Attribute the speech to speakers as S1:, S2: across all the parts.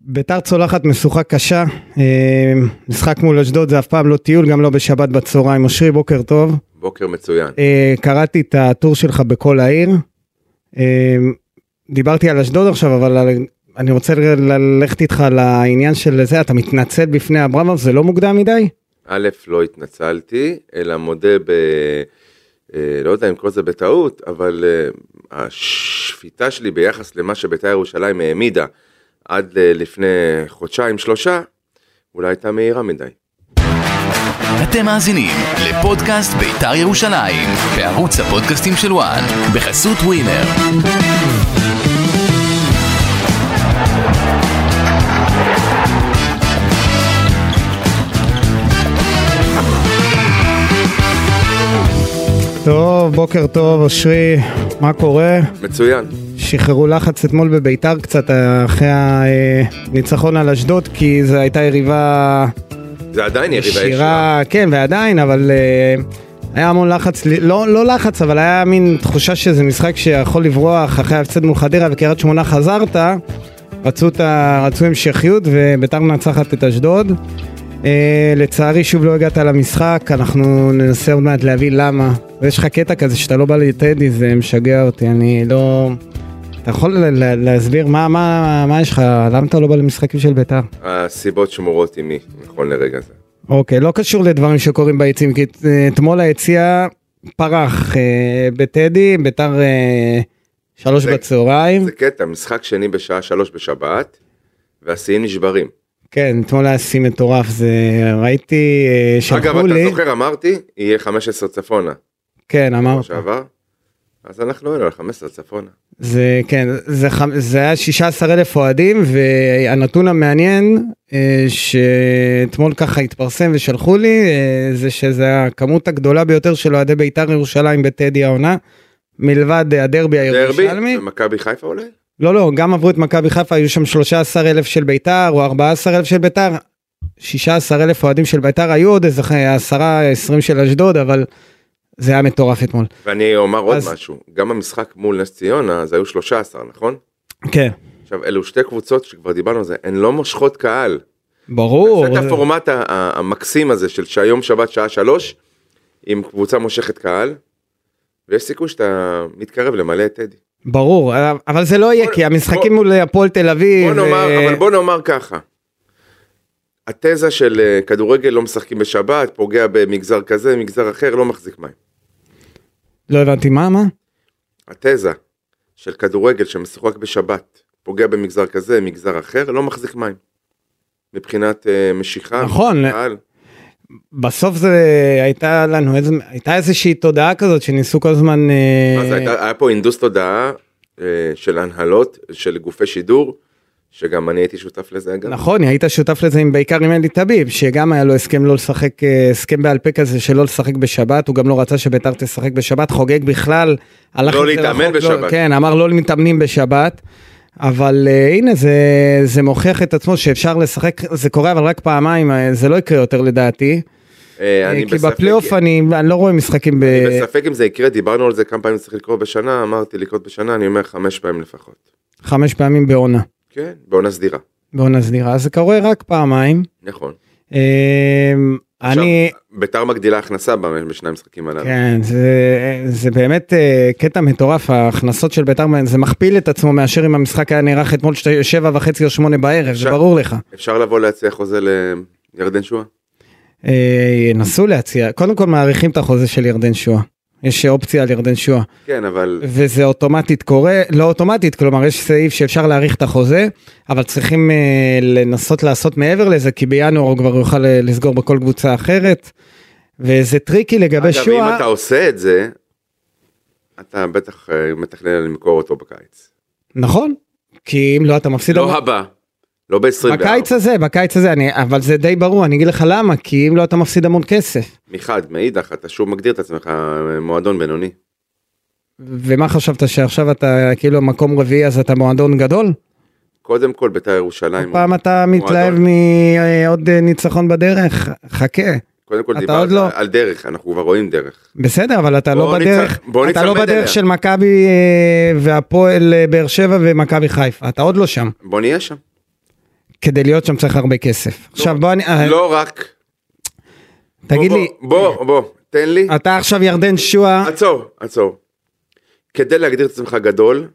S1: ביתר צולחת משוכה קשה, אה, משחק מול אשדוד זה אף פעם לא טיול, גם לא בשבת בצהריים. אושרי, בוקר טוב.
S2: בוקר מצוין.
S1: אה, קראתי את הטור שלך בכל העיר. אה, דיברתי על אשדוד עכשיו, אבל על- אני רוצה ל- ללכת איתך לעניין של זה, אתה מתנצל בפני אברמוב, זה לא מוקדם מדי?
S2: א', לא התנצלתי, אלא מודה ב... אה, לא יודע אם כל זה בטעות, אבל אה, השפיטה שלי ביחס למה שבית"ר ירושלים העמידה עד אה, לפני חודשיים שלושה, אולי הייתה מהירה מדי.
S3: אתם מאזינים לפודקאסט בית"ר ירושלים, בערוץ הפודקאסטים של וואן, בחסות ווינר.
S1: טוב, בוקר טוב, אושרי, מה קורה?
S2: מצוין.
S1: שחררו לחץ אתמול בביתר קצת אחרי הניצחון על אשדוד, כי זו הייתה יריבה
S2: זה עדיין יריבה ישירה.
S1: ישירה, כן, ועדיין, אבל אה, היה המון לחץ, לא, לא לחץ, אבל היה מין תחושה שזה משחק שיכול לברוח אחרי ההפסד מול חדרה וקריית שמונה חזרת, רצו, את ה- רצו המשכיות וביתר מנצחת את אשדוד. אה, לצערי שוב לא הגעת למשחק, אנחנו ננסה עוד מעט להבין למה. ויש לך קטע כזה שאתה לא בא לטדי, זה משגע אותי, אני לא... אתה יכול ל- ל- להסביר מה, מה, מה יש לך, למה אתה לא בא למשחקים של ביתר?
S2: הסיבות שמורות עימי, נכון לרגע זה.
S1: אוקיי, לא קשור לדברים שקורים ביציעים, כי אה, אתמול היציע פרח אה, בטדי, ביתר אה, שלוש
S2: זה-
S1: בצהריים.
S2: זה קטע, משחק שני בשעה שלוש בשבת, והשיאים נשברים.
S1: כן, אתמול היה שיא מטורף, זה ראיתי, אה,
S2: אגב,
S1: שלחו
S2: אתה
S1: לי.
S2: זוכר, אמרתי, יהיה 15 צפונה.
S1: כן, אמרת.
S2: שעבר, אז אנחנו היינו על 15 צפונה.
S1: זה כן, זה, חמ- זה היה 16 אלף אוהדים, והנתון המעניין אה, שאתמול ככה התפרסם ושלחו לי, אה, זה שזו הכמות הגדולה ביותר של אוהדי בית"ר ירושלים בטדי העונה, מלבד אה, הדרבי
S2: דרבי,
S1: הירושלמי.
S2: מכבי חיפה אולי?
S1: לא, לא, גם עברו את מכבי חיפה, היו שם 13,000 של ביתר, או 14,000 של ביתר, 16,000 אוהדים של ביתר, היו עוד איזה 10, 20 של אשדוד, אבל זה היה מטורף אתמול.
S2: ואני אומר עוד
S1: אז-
S2: משהו, גם המשחק מול נס ציונה, אז היו 13, נכון?
S1: כן.
S2: עכשיו, אלו שתי קבוצות שכבר דיברנו על זה, הן לא מושכות קהל.
S1: ברור.
S2: זה את הפורמט ה- ה- המקסים הזה של שהיום שבת שעה שלוש, עם קבוצה מושכת קהל, ויש סיכוי שאתה מתקרב למלא את טדי.
S1: ברור, אבל זה לא יהיה,
S2: בוא-
S1: כי המשחקים
S2: בוא-
S1: מול הפועל תל אביב...
S2: בוא נאמר,
S1: אה,
S2: אבל בוא נאמר ככה. התזה של אה, כדורגל לא משחקים בשבת, פוגע במגזר כזה, מגזר אחר, לא מחזיק מים.
S1: לא הבנתי, מה, מה?
S2: התזה של כדורגל שמשוחק בשבת פוגע במגזר כזה, מגזר אחר, לא מחזיק מים. מבחינת אה, משיכה,
S1: נכון.
S2: קהל.
S1: בסוף זה הייתה לנו, איזה- הייתה איזושהי תודעה כזאת שניסו כל הזמן... אה,
S2: אז הייתה- היה פה אינדוס תודעה אה, של הנהלות, של גופי שידור, שגם אני הייתי שותף לזה אגב.
S1: נכון, היית שותף לזה עם בעיקר עם אלי טביב, שגם היה לו הסכם לא לשחק, אה, הסכם בעל פה כזה שלא לשחק בשבת, הוא גם לא רצה שביתר תשחק בשבת, חוגג בכלל, הלך...
S2: לא
S1: עם זה
S2: להתאמן
S1: רחוק, לא-
S2: בשבת.
S1: כן, אמר לא מתאמנים בשבת, אבל אה, הנה זה, זה מוכיח את עצמו שאפשר לשחק, זה קורה אבל רק פעמיים, אה, זה לא יקרה יותר לדעתי,
S2: אה, אני
S1: אה, כי
S2: בספק-
S1: בפלייאוף אני, אה, אני לא רואה משחקים ב...
S2: אני בספק אם זה יקרה, דיברנו על זה כמה פעמים צריך לקרות בשנה, אמרתי לקרות בשנה, אני אומר חמש פעמים לפחות.
S1: חמש פעמים בעונה,
S2: כן, בעונה סדירה.
S1: בעונה סדירה, אז זה קורה רק פעמיים.
S2: נכון.
S1: אה, אני,
S2: עכשיו, ביתר מגדילה הכנסה ב- בשני המשחקים הללו.
S1: כן, זה, זה באמת אה, קטע מטורף, ההכנסות של ביתר, זה מכפיל את עצמו מאשר אם המשחק היה נערך אתמול שתי- שבע וחצי או שמונה בערב, זה
S2: עכשיו-
S1: ברור לך.
S2: אפשר לבוא להציע חוזה לירדן שואה?
S1: אה, ינסו להציע, קודם כל מאריכים את החוזה של ירדן שואה. יש אופציה על ירדן שואה,
S2: כן, אבל
S1: וזה אוטומטית קורה, לא אוטומטית, כלומר יש סעיף שאפשר להאריך את החוזה, אבל צריכים אה, לנסות לעשות מעבר לזה, כי בינואר הוא כבר יוכל אה, לסגור בכל קבוצה אחרת, וזה טריקי לגבי
S2: אגב,
S1: שואה.
S2: אם אתה עושה את זה, אתה בטח אה, מתכנן למכור אותו בקיץ.
S1: נכון, כי אם לא אתה מפסיד...
S2: לא
S1: המון.
S2: הבא, לא ב-24.
S1: בקיץ הזה, בקיץ הזה, אני, אבל זה די ברור, אני אגיד לך למה, כי אם לא אתה מפסיד המון כסף.
S2: מחד, מאידך, אתה שוב מגדיר את עצמך אה, מועדון בינוני.
S1: ומה חשבת שעכשיו אתה כאילו מקום רביעי אז אתה מועדון גדול?
S2: קודם כל בית"ר ירושלים.
S1: פעם אתה מתלהב
S2: מועדון.
S1: מעוד אה, ניצחון בדרך, חכה.
S2: קודם כל
S1: אתה
S2: דיברת
S1: עוד לא.
S2: על דרך, אנחנו כבר רואים דרך.
S1: בסדר, אבל אתה לא
S2: בוא
S1: בדרך,
S2: ניצ- בוא
S1: אתה לא
S2: ניצמד אליה.
S1: בדרך של מכבי אה, והפועל אה, באר שבע ומכבי חיפה, אתה עוד לא שם.
S2: בוא נהיה שם.
S1: כדי להיות שם צריך הרבה כסף. עכשיו בוא אני...
S2: לא רק.
S1: אה, תגיד
S2: בוא,
S1: לי,
S2: בוא, בוא, בוא, תן לי.
S1: אתה עכשיו ירדן שועה,
S2: עצור, עצור. כדי להגדיר את עצמך גדול,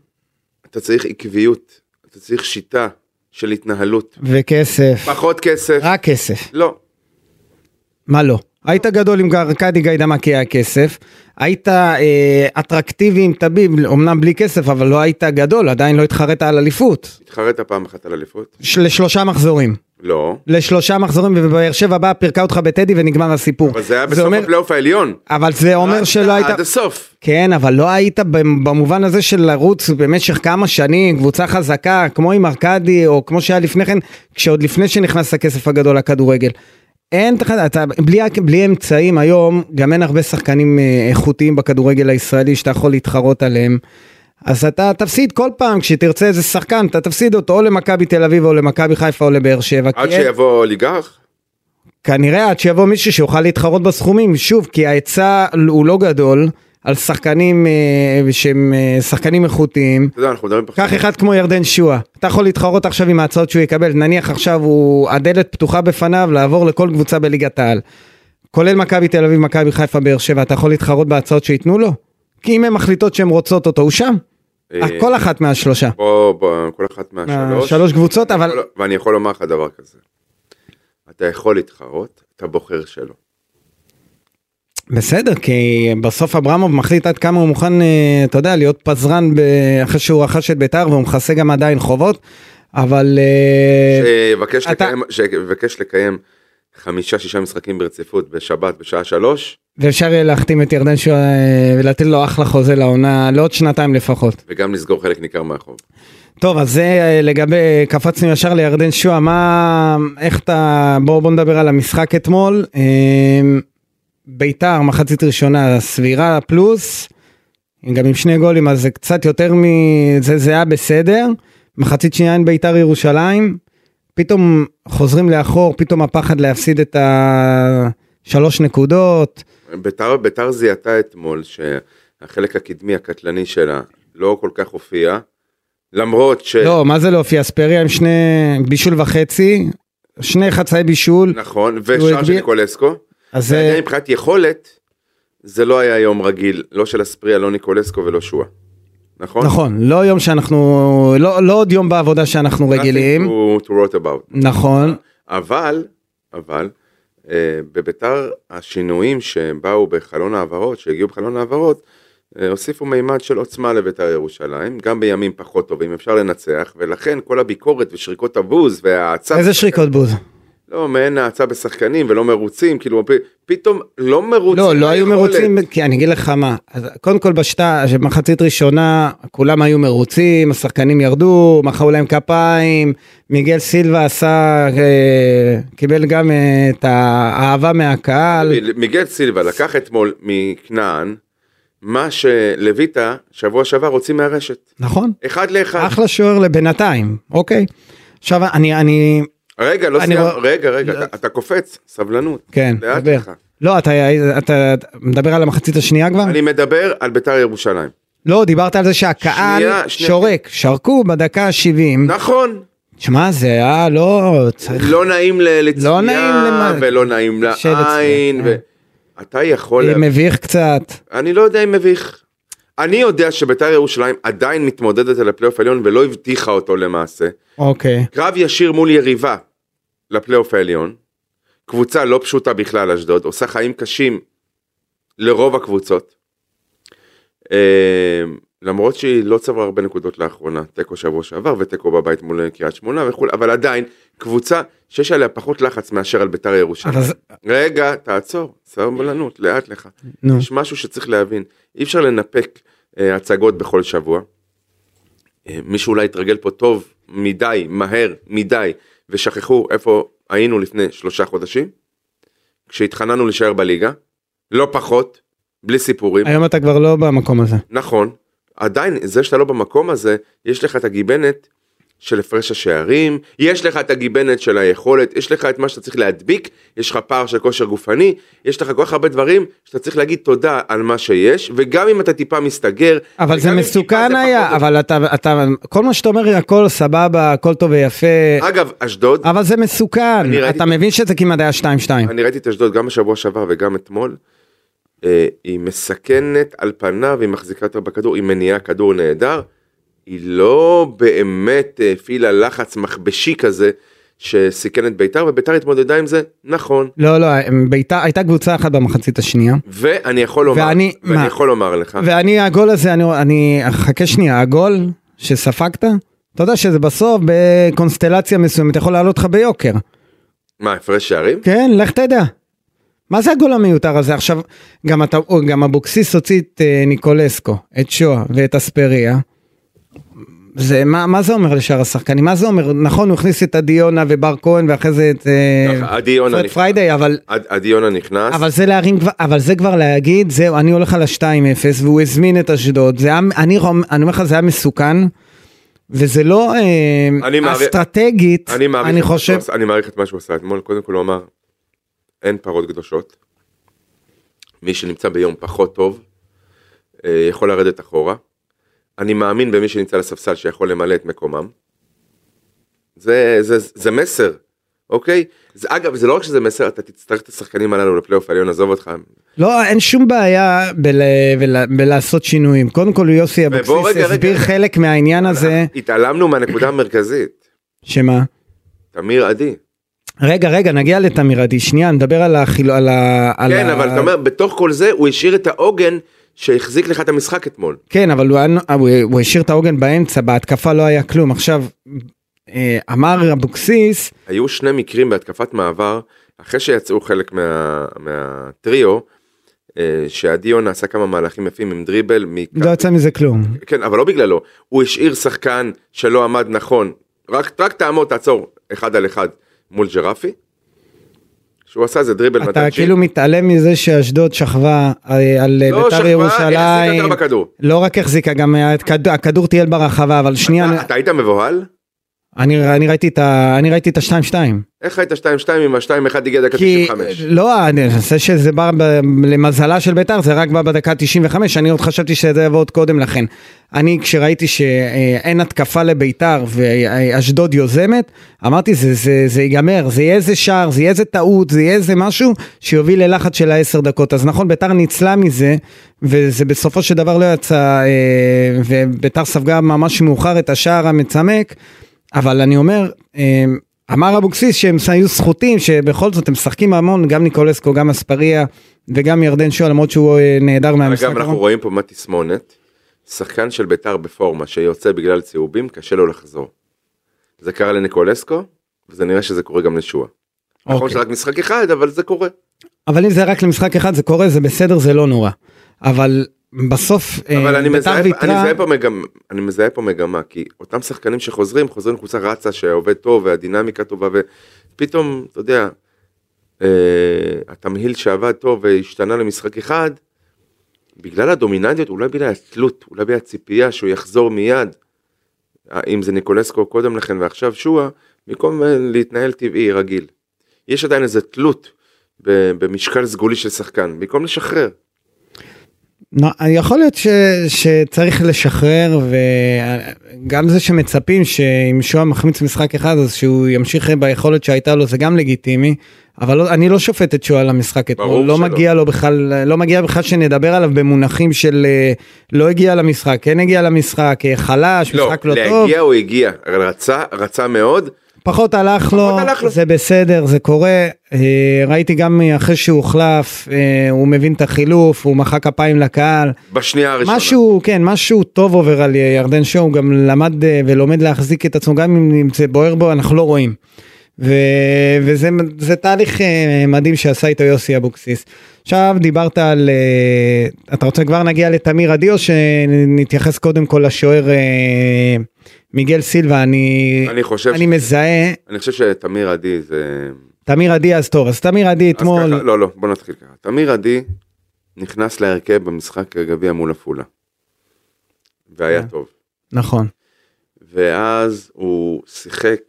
S2: אתה צריך עקביות, אתה צריך שיטה של התנהלות.
S1: וכסף,
S2: פחות כסף,
S1: רק כסף.
S2: לא.
S1: מה לא? היית גדול עם ארכדי גיידמקי היה כסף, היית אה, אטרקטיבי עם טביב, אמנם בלי כסף, אבל לא היית גדול, עדיין לא התחרית על אליפות.
S2: התחרית פעם אחת על אליפות?
S1: של- לשלושה מחזורים.
S2: לא.
S1: לשלושה מחזורים, ובבאר שבע באה, פירקה אותך בטדי ונגמר הסיפור.
S2: אבל זה היה
S1: זה
S2: בסוף
S1: אומר-
S2: הפלייאוף העליון.
S1: אבל זה אומר
S2: עד-
S1: שלא היית...
S2: עד הסוף.
S1: כן, אבל לא היית במובן הזה של לרוץ במשך כמה שנים, קבוצה חזקה, כמו עם ארקדי, או כמו שהיה לפני כן, כשעוד לפני שנכנס הכסף הגדול לכדורגל. אין, תח- אתה, בלי, בלי אמצעים היום, גם אין הרבה שחקנים אה, איכותיים בכדורגל הישראלי שאתה יכול להתחרות עליהם. אז אתה תפסיד כל פעם, כשתרצה איזה שחקן, אתה תפסיד אותו או למכבי תל אביב, או למכבי חיפה, או לבאר שבע.
S2: עד
S1: כי אין-
S2: שיבוא אוליגרך?
S1: כנראה עד שיבוא מישהו שיוכל להתחרות בסכומים, שוב, כי ההיצע הוא לא גדול על שחקנים אה, שהם אה, שחקנים איכותיים.
S2: אתה יודע, אנחנו מדברים פה...
S1: קח אחד כמו ירדן שועה, אתה יכול להתחרות עכשיו עם ההצעות שהוא יקבל, נניח עכשיו הוא, הדלת פתוחה בפניו לעבור לכל קבוצה בליגת העל. כולל מכבי תל אביב, מכבי חיפה, באר שבע, אתה יכול להתחרות בהצעות שייתנו לו? כי אם הן מחליטות שהן רוצות אותו, הוא שם.
S2: אה,
S1: כל אחת מהשלושה.
S2: בוא, בוא, כל אחת מהשלוש.
S1: שלוש קבוצות, אבל
S2: לא, ואני יכול לומר לך דבר כזה. אתה יכול להתחרות, אתה בוחר שלא.
S1: בסדר, כי בסוף אברמוב מחליט עד כמה הוא מוכן, אה, אתה יודע, להיות פזרן ב- אחרי שהוא רכש את ביתר והוא מכסה גם עדיין חובות, אבל... אה,
S2: שיבקש
S1: אתה-
S2: לקיים- שיבקש לקיים חמישה שישה משחקים ברציפות בשבת בשעה שלוש,
S1: ואפשר יהיה להחתים את ירדן שואה אה, ולתת לו אחלה חוזה לעונה, לעוד שנתיים לפחות.
S2: וגם לסגור חלק ניכר מהחוב.
S1: טוב, אז זה אה, לגבי, קפצנו ישר לירדן שואה, מה, איך אתה, בואו בוא נדבר על המשחק אתמול. אה, ביתר, מחצית ראשונה, סבירה פלוס, גם עם שני גולים, אז זה קצת יותר מ... זה, זה היה בסדר. מחצית שנייה אין ביתר ירושלים, פתאום חוזרים לאחור, פתאום הפחד להפסיד את השלוש נקודות.
S2: ביתר, ביתר זיהתה אתמול שהחלק הקדמי הקטלני שלה לא כל כך הופיע, למרות ש...
S1: לא, מה זה לא אופי אספריה עם שני בישול וחצי, שני חצאי בישול,
S2: נכון, ושער של
S1: הגביע-
S2: ניקולסקו.
S1: אז אה,
S2: זה...
S1: זה...
S2: מבחינת יכולת, זה לא היה יום רגיל, לא של אספריה, לא ניקולסקו ולא שואה. נכון?
S1: נכון, לא יום שאנחנו, לא, לא עוד יום בעבודה שאנחנו רגילים,
S2: Nothing to- to wrote about.
S1: נכון,
S2: אבל, אבל, אה, בביתר השינויים שבאו בחלון ההעברות, שהגיעו בחלון ההעברות, אה, הוסיפו מימד של עוצמה לביתר ירושלים, גם בימים פחות טובים אפשר לנצח, ולכן כל הביקורת ושריקות הבוז וההאצה...
S1: איזה שריקות בוז?
S2: לא, מעין האצה בשחקנים ולא מרוצים, כאילו פ- פתאום לא מרוצים.
S1: לא, לא היו
S2: מהיכולת.
S1: מרוצים, כי אני אגיד לך מה, אז קודם כל בשתה, במחצית ראשונה כולם היו מרוצים, השחקנים ירדו, מחאו להם כפיים, מיגל סילבה עשה, אה, קיבל גם אה, את האהבה מהקהל,
S2: מיל- מיגל סילבה לקח אתמול מכנען מה שלויטה שבוע שעבר הוציא מהרשת.
S1: נכון?
S2: אחד לאחד.
S1: אחלה שוער לבינתיים, אוקיי? עכשיו אני, אני,
S2: רגע, לא
S1: אני
S2: סיימת,
S1: רוא-
S2: רגע, רגע,
S1: לא-
S2: אתה- אתה קופץ, סבלנות.
S1: כן,
S2: לאט
S1: דבר.
S2: לך.
S1: לא, אתה, אתה מדבר על המחצית השנייה כבר?
S2: אני מדבר על ביתר ירושלים.
S1: לא, דיברת על זה שהקהל
S2: שנייה, שנייה.
S1: שורק, שרקו בדקה ה-70.
S2: נכון,
S1: שמע, זה היה לא... צריך...
S2: לא נעים ל-
S1: לא נעים
S2: לצפייה,
S1: למה-
S2: ולא נעים
S1: קשה כן. אה, לצפייה,
S2: לעין, ו- אתה יכול,
S1: זה
S2: לה-
S1: מביך קצת.
S2: אני לא יודע אם מביך. אני יודע שביתר ירושלים עדיין מתמודדת על הפלייאוף העליון ולא הבטיחה אותו למעשה.
S1: אוקיי.
S2: קרב ישיר מול יריבה לפלייאוף העליון. קבוצה לא פשוטה בכלל, אשדוד, עושה חיים קשים לרוב הקבוצות. אה, למרות שהיא לא צברה הרבה נקודות לאחרונה, תיקו שבוע שעבר ותיקו בבית מול קריית שמונה וכולי, אבל עדיין קבוצה שיש עליה פחות לחץ מאשר על ביתר ירושלים.
S1: אבל זה-
S2: רגע, תעצור, סבלנות, לאט לך.
S1: נו.
S2: יש משהו שצריך להבין, אי אפשר לנפק אה, הצגות בכל שבוע. אה, מישהו אולי התרגל פה טוב מדי, מהר מדי, ושכחו איפה היינו לפני שלושה חודשים, כשהתחננו להישאר בליגה, לא פחות, בלי סיפורים,
S1: היום אתה כבר לא במקום הזה.
S2: נכון, עדיין זה שאתה לא במקום הזה, יש לך את הגיבנת של הפרש השערים, יש לך את הגיבנת של היכולת, יש לך את מה שאתה צריך להדביק, יש לך פער של כושר גופני, יש לך כל כך הרבה דברים שאתה צריך להגיד תודה על מה שיש, וגם אם אתה טיפה מסתגר,
S1: אבל זה
S2: וגם אם טיפה
S1: מסוכן
S2: זה
S1: היה,
S2: פחות-
S1: אבל אתה, אתה, כל מה שאתה אומר, הכל סבבה, הכל טוב ויפה,
S2: אגב, אשדוד,
S1: אבל זה מסוכן.
S2: אני ראיתי-
S1: אתה מבין שזה כמעט היה 2-2.
S2: אני ראיתי את אשדוד גם בשבוע שעבר וגם אתמול. אה, היא מסכנת על פניו, היא מחזיקה יותר בכדור, היא מניעה כדור נהדר. היא לא באמת אה, הפעילה לחץ מכבשי כזה שסיכן את ביתר, וביתר התמודדה עם זה, נכון.
S1: לא, לא, הם- ביתר, הייתה קבוצה אחת במחצית השנייה.
S2: ואני יכול לומר,
S1: ואני- מה?
S2: ואני יכול לומר לך,
S1: ואני, הגול הזה, אני, אני, חכה שנייה, הגול שספגת, אתה יודע שזה בסוף בקונסטלציה מסוימת יכול לעלות לך ביוקר.
S2: מה, הפרש שערים?
S1: כן, לך תדע. מה זה הגול המיותר הזה? עכשיו, גם, אתה, או, גם אבוקסיס הוציא את אה, ניקולסקו, את שואה ואת אספריה. זה, מה, מה זה אומר לשאר השחקנים? מה זה אומר? נכון, הוא הכניס את עדי יונה ובר כהן ואחרי זה את אה,
S2: ככה, עדי יונה
S1: פרד
S2: נכנס.
S1: פריידי, אבל,
S2: עד- עדי יונה נכנס,
S1: אבל, זה להרים, כבר- אבל זה כבר להגיד, זהו, אני הולך על ה-2-0 והוא הזמין את אשדוד. זה היה, אני, רומ- אני אומר לך, זה היה מסוכן, וזה לא אה,
S2: אני מעריך-
S1: אסטרטגית,
S2: אני מעריך
S1: אני
S2: את לא, מה שהוא
S1: חושב,
S2: עשה- אני מעריך את מה שהוא עשה אתמול, קודם כל הוא אמר, אין פרות קדושות. מי שנמצא ביום פחות טוב, אה, יכול לרדת אחורה. אני מאמין במי שנמצא על הספסל שיכול למלא את מקומם. זה, זה, זה מסר, אוקיי? זה, אגב, זה לא רק שזה מסר, אתה תצטרך את השחקנים הללו לפלייאוף העליון, עזוב אותך.
S1: לא, אין שום בעיה בל, בל, בלעשות שינויים. קודם כל, יוסי
S2: ובוא,
S1: אבוקסיס
S2: רגע, רגע.
S1: הסביר חלק מהעניין הזה,
S2: התעלמנו מהנקודה המרכזית,
S1: שמה?
S2: תמיר עדי.
S1: רגע, רגע, נגיע לתמיר עדי, שנייה, נדבר על החילו... על ה... על
S2: כן,
S1: ה...
S2: אבל אתה אומר, בתוך כל זה הוא השאיר את העוגן שהחזיק לך את המשחק אתמול.
S1: כן, אבל הוא, היה- הוא, הוא השאיר את העוגן באמצע, בהתקפה לא היה כלום. עכשיו, אה, אמר אבוקסיס,
S2: היו שני מקרים בהתקפת מעבר, אחרי שיצאו חלק מה, מהטריו, אה, שעדי יונה עשה כמה מהלכים יפים עם דריבל, מכ...
S1: לא יצא מזה כלום.
S2: כן, אבל לא בגללו, הוא השאיר שחקן שלא עמד נכון, רק, רק תעמוד, תעצור, אחד על אחד מול ג'רפי, שהוא עשה איזה דריבל
S1: אתה
S2: מדרג'י.
S1: כאילו מתעלם מזה שאשדוד שכבה אה, על אה,
S2: לא
S1: בית"ר
S2: שכבה, החזיקה
S1: ירושלים.
S2: יותר בכדור.
S1: לא רק החזיקה, גם היה את כד- הכדור טייל ברחבה, אבל שנייה,
S2: אתה, אתה היית מבוהל?
S1: אני, אני ראיתי את ה- אני ראיתי את השתיים שתיים.
S2: איך היית 2-2 עם ה-2-1 הגיע דקה
S1: כי
S2: 95?
S1: לא, אני חושב שזה בא ב- למזלה של בית"ר, זה רק בא בדקה 95, אני עוד חשבתי שזה יבוא עוד קודם לכן. אני כשראיתי שאין התקפה לבית"ר ואשדוד יוזמת, אמרתי זה, זה, זה ייגמר, זה יהיה איזה שער, זה יהיה איזה טעות, זה יהיה איזה משהו שיוביל ללחץ של העשר דקות. אז נכון, בית"ר ניצלה מזה, וזה בסופו של דבר לא יצא, אה, ובית"ר ספגה ממש מאוחר את השער המצמק, אבל אני אומר, אה, אמר אבוקסיס שהם היו סחוטים, שבכל זאת הם משחקים המון, גם ניקולסקו, גם אספריה וגם ירדן שועה, למרות שהוא אה, נעדר מהמשחק.
S2: אגב, אנחנו
S1: האחרון.
S2: רואים פה מה תסמונת. שחקן של ביתר בפורמה שיוצא בגלל צהובים, קשה לו לחזור. זה קרה לניקולסקו, וזה נראה שזה קורה גם לשועה. נכון
S1: אוקיי.
S2: שזה רק משחק אחד, אבל זה קורה.
S1: אבל אם זה רק למשחק אחד, זה קורה, זה בסדר, זה לא נורא. אבל בסוף, אה,
S2: אבל אני
S1: בית"ר
S2: מזהה- אני
S1: ויתרה-
S2: מזהה פה מגמ- אני מזהה פה מגמה, כי אותם שחקנים שחוזרים, חוזרים חולצה רצה שעובד טוב והדינמיקה טובה, ופתאום, אתה יודע, אה, התמהיל שעבד טוב והשתנה למשחק אחד, בגלל הדומיננטיות, אולי בגלל התלות, אולי בגלל הציפייה שהוא יחזור מיד, אה, אם זה ניקולסקו קודם לכן ועכשיו שועה, במקום אה, להתנהל טבעי, רגיל. יש עדיין איזה תלות ב- במשקל סגולי של שחקן, במקום לשחרר.
S1: נו, יכול להיות ש, שצריך לשחרר וגם זה שמצפים שאם שועה מחמיץ משחק אחד אז שהוא ימשיך ביכולת שהייתה לו זה גם לגיטימי אבל לא, אני לא שופט את שועה על המשחק אתמול
S2: ברור
S1: לא
S2: שלא.
S1: מגיע לו בכלל לא מגיע בכלל שנדבר עליו במונחים של אה, לא הגיע למשחק כן הגיע למשחק אה, חלש
S2: לא,
S1: משחק לא טוב
S2: להגיע הוא הגיע, רצה, רצה מאוד,
S1: פחות הלך לו,
S2: הלך לו.
S1: זה בסדר, זה קורה. אה, ראיתי גם אחרי שהוא הוחלף, אה, הוא מבין את החילוף, הוא מחא כפיים לקהל.
S2: בשנייה הראשונה.
S1: משהו, כן, משהו טוב עובר על אה, ירדן שואו, הוא גם למד אה, ולומד להחזיק את עצמו, גם אם זה בוער בו, אנחנו לא רואים. ו... וזה זה תהליך אה, מדהים שעשה איתו יוסי אבוקסיס. עכשיו דיברת על, אה, אתה רוצה כבר נגיע לתמיר עדי או שנתייחס קודם כל לשוער אה, מיגל סילבה, אני,
S2: אני חושב,
S1: אני
S2: אני...
S1: מזהה,
S2: אני חושב שתמיר עדי זה...
S1: תמיר עדי אז טוב, אז תמיר עדי
S2: אז ככה,
S1: אתמול,
S2: לא, לא, בוא נתחיל ככה. תמיר עדי נכנס להרכב במשחק הגביע מול עפולה. והיה
S1: כן.
S2: טוב.
S1: נכון,
S2: ואז הוא שיחק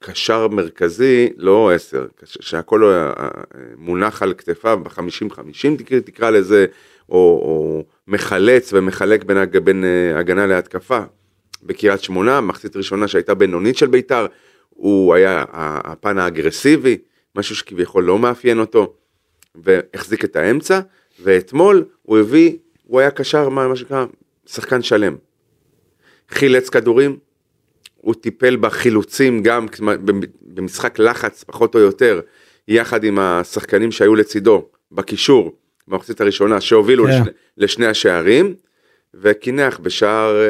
S2: כקשר מרכזי, לא עשר, כש- שהכל היה, אה, מונח על כתפיו ב-50-50 תקרא- תקרא לזה, או, או מחלץ ומחלק בין, הג- בין אה, הגנה להתקפה. בקריית שמונה, מחצית ראשונה שהייתה בינונית של ביתר, הוא היה ה- הפן האגרסיבי, משהו שכביכול לא מאפיין אותו, והחזיק את האמצע, ואתמול הוא הביא, הוא היה קשר, מה מה שנקרא, שחקן שלם. חילץ כדורים, הוא טיפל בחילוצים גם כמה- במ- במשחק לחץ פחות או יותר, יחד עם השחקנים שהיו לצידו בקישור במחצית הראשונה שהובילו
S1: כן.
S2: לשני, לשני השערים, וקינח בשער אה,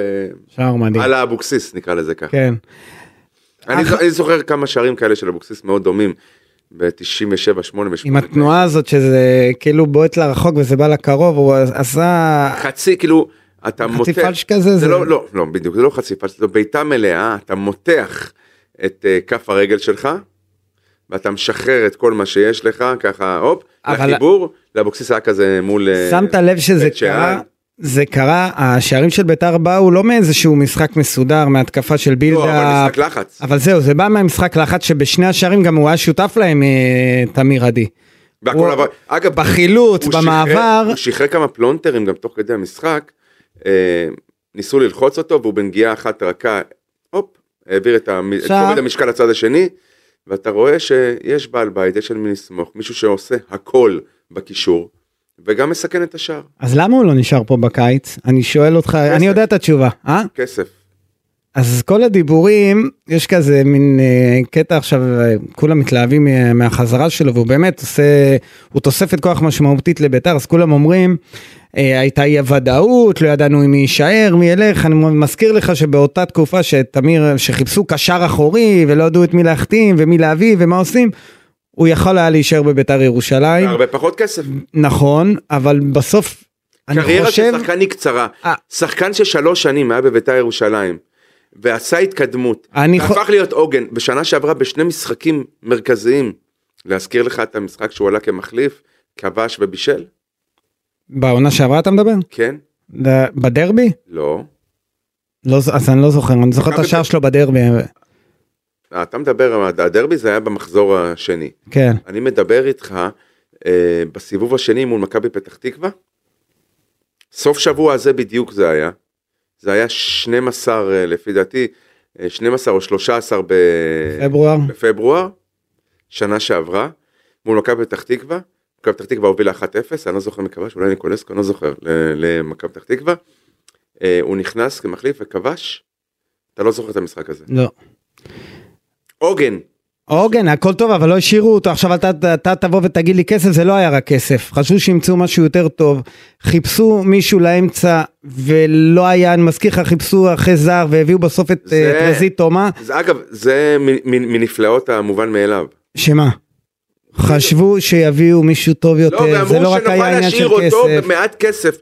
S1: שער מדהים.
S2: על האבוקסיס נקרא לזה ככה.
S1: כן.
S2: אני
S1: אח-
S2: זו- אני זוכר כמה שערים כאלה של אבוקסיס מאוד דומים ב-97, 88.
S1: עם התנועה הזאת שזה כאילו בועט לרחוק וזה בא לקרוב, הוא עשה...
S2: חצי כאילו אתה
S1: חצי
S2: מותח.
S1: פלש כזה, זה-
S2: זה לא, לא, לא, בדיוק, זה לא חצי פלש, זו בעיטה מלאה, אתה מותח את אה, כף הרגל שלך. ואתה משחרר את כל מה שיש לך ככה הופ
S1: אבל-
S2: לחיבור לאבוקסיס היה כזה מול אה,
S1: שמת לב שזה
S2: בית שאן. לא,
S1: קרה, זה קרה, השערים של ביתר באו לא מאיזשהו משחק מסודר, מהתקפה של
S2: לא, אבל
S1: בילדה,
S2: משחק לחץ
S1: אבל זהו, זה בא מהמשחק לחץ שבשני השערים גם הוא היה שותף להם, אה, תמיר עדי.
S2: והכל
S1: הוא-
S2: עבר- אגב
S1: בחילוץ,
S2: הוא שחרר-
S1: במעבר,
S2: הוא שחרר כמה פלונטרים גם תוך כדי המשחק, אה, ניסו ללחוץ אותו והוא בנגיעה אחת רכה, הופ, העביר את המ- את
S1: שער.
S2: כובד המשקל לצד השני, ואתה רואה שיש בעל בית, יש על מי לסמוך, מישהו שעושה הכל בקישור, וגם מסכן את השער,
S1: אז למה הוא לא נשאר פה בקיץ? אני שואל אותך, אני יודע את התשובה, אה?
S2: כסף.
S1: אז כל הדיבורים, יש כזה מין אה, קטע עכשיו, אה, כולם מתלהבים אה, מהחזרה שלו, והוא באמת עושה, הוא תוספת כוח משמעותית לביתר, אז כולם אומרים, אה, הייתה אי הוודאות, לא ידענו אם מי יישאר, מי ילך, אני מזכיר לך שבאותה תקופה שתמיר, שחיפשו קשר אחורי, ולא ידעו את מי להחתים, ומי להביא, ומה עושים, הוא יכול היה להישאר בביתר ירושלים,
S2: הרבה פחות כסף.
S1: נכון, אבל בסוף, אני
S2: קריירה
S1: חושב,
S2: של שחקן היא קצרה.
S1: אה.
S2: שחקן ששלוש שנים היה בביתר ירושלים, ועשה התקדמות,
S1: אני חו-
S2: והפך להיות עוגן, בשנה שעברה בשני משחקים מרכזיים, להזכיר לך את המשחק שהוא עלה כמחליף, כבש ובישל?
S1: בעונה שעברה אתה מדבר?
S2: כן?
S1: בדרבי?
S2: לא.
S1: לא, ז- אז אני לא זוכר, אני זוכר את
S2: מכבי
S1: השער
S2: פ-
S1: שלו בדרבי,
S2: אה, אתה מדבר, הדרבי זה היה במחזור השני.
S1: כן.
S2: אני מדבר איתך אה, בסיבוב השני מול מכבי פתח תקווה. סוף שבוע הזה בדיוק זה היה. זה היה 12 אה, לפי דעתי, אה, 12 או 13 ב...
S1: פברואר,
S2: בפברואר, שנה שעברה, מול מכבי פתח תקווה, מכבי פתח תקווה הובילה 1-0, אני לא זוכר מי כבש, אולי ניקולסקו, אני לא זוכר, ל- למכבי פתח תקווה. אה, הוא נכנס כמחליף וכבש, אתה לא זוכר את המשחק הזה.
S1: לא.
S2: עוגן,
S1: עוגן, הכל טוב, אבל לא השאירו אותו. עכשיו אתה, אתה תבוא ותגיד לי כסף, זה לא היה רק כסף. חשבו שימצאו משהו יותר טוב. חיפשו מישהו לאמצע, ולא היה, אני מזכיר לך, חיפשו אחרי זר, והביאו בסוף את
S2: זה-
S1: אה, טרזית תומה,
S2: זה, אגב, זה מ- מ- מנפלאות המובן מאליו.
S1: שמה? חשבו שיביאו מישהו טוב
S2: לא,
S1: יותר, זה לא
S2: ואמרו
S1: רק היה
S2: שנוכל
S1: עניין
S2: להשאיר
S1: של
S2: אותו
S1: כסף.
S2: במעט כסף.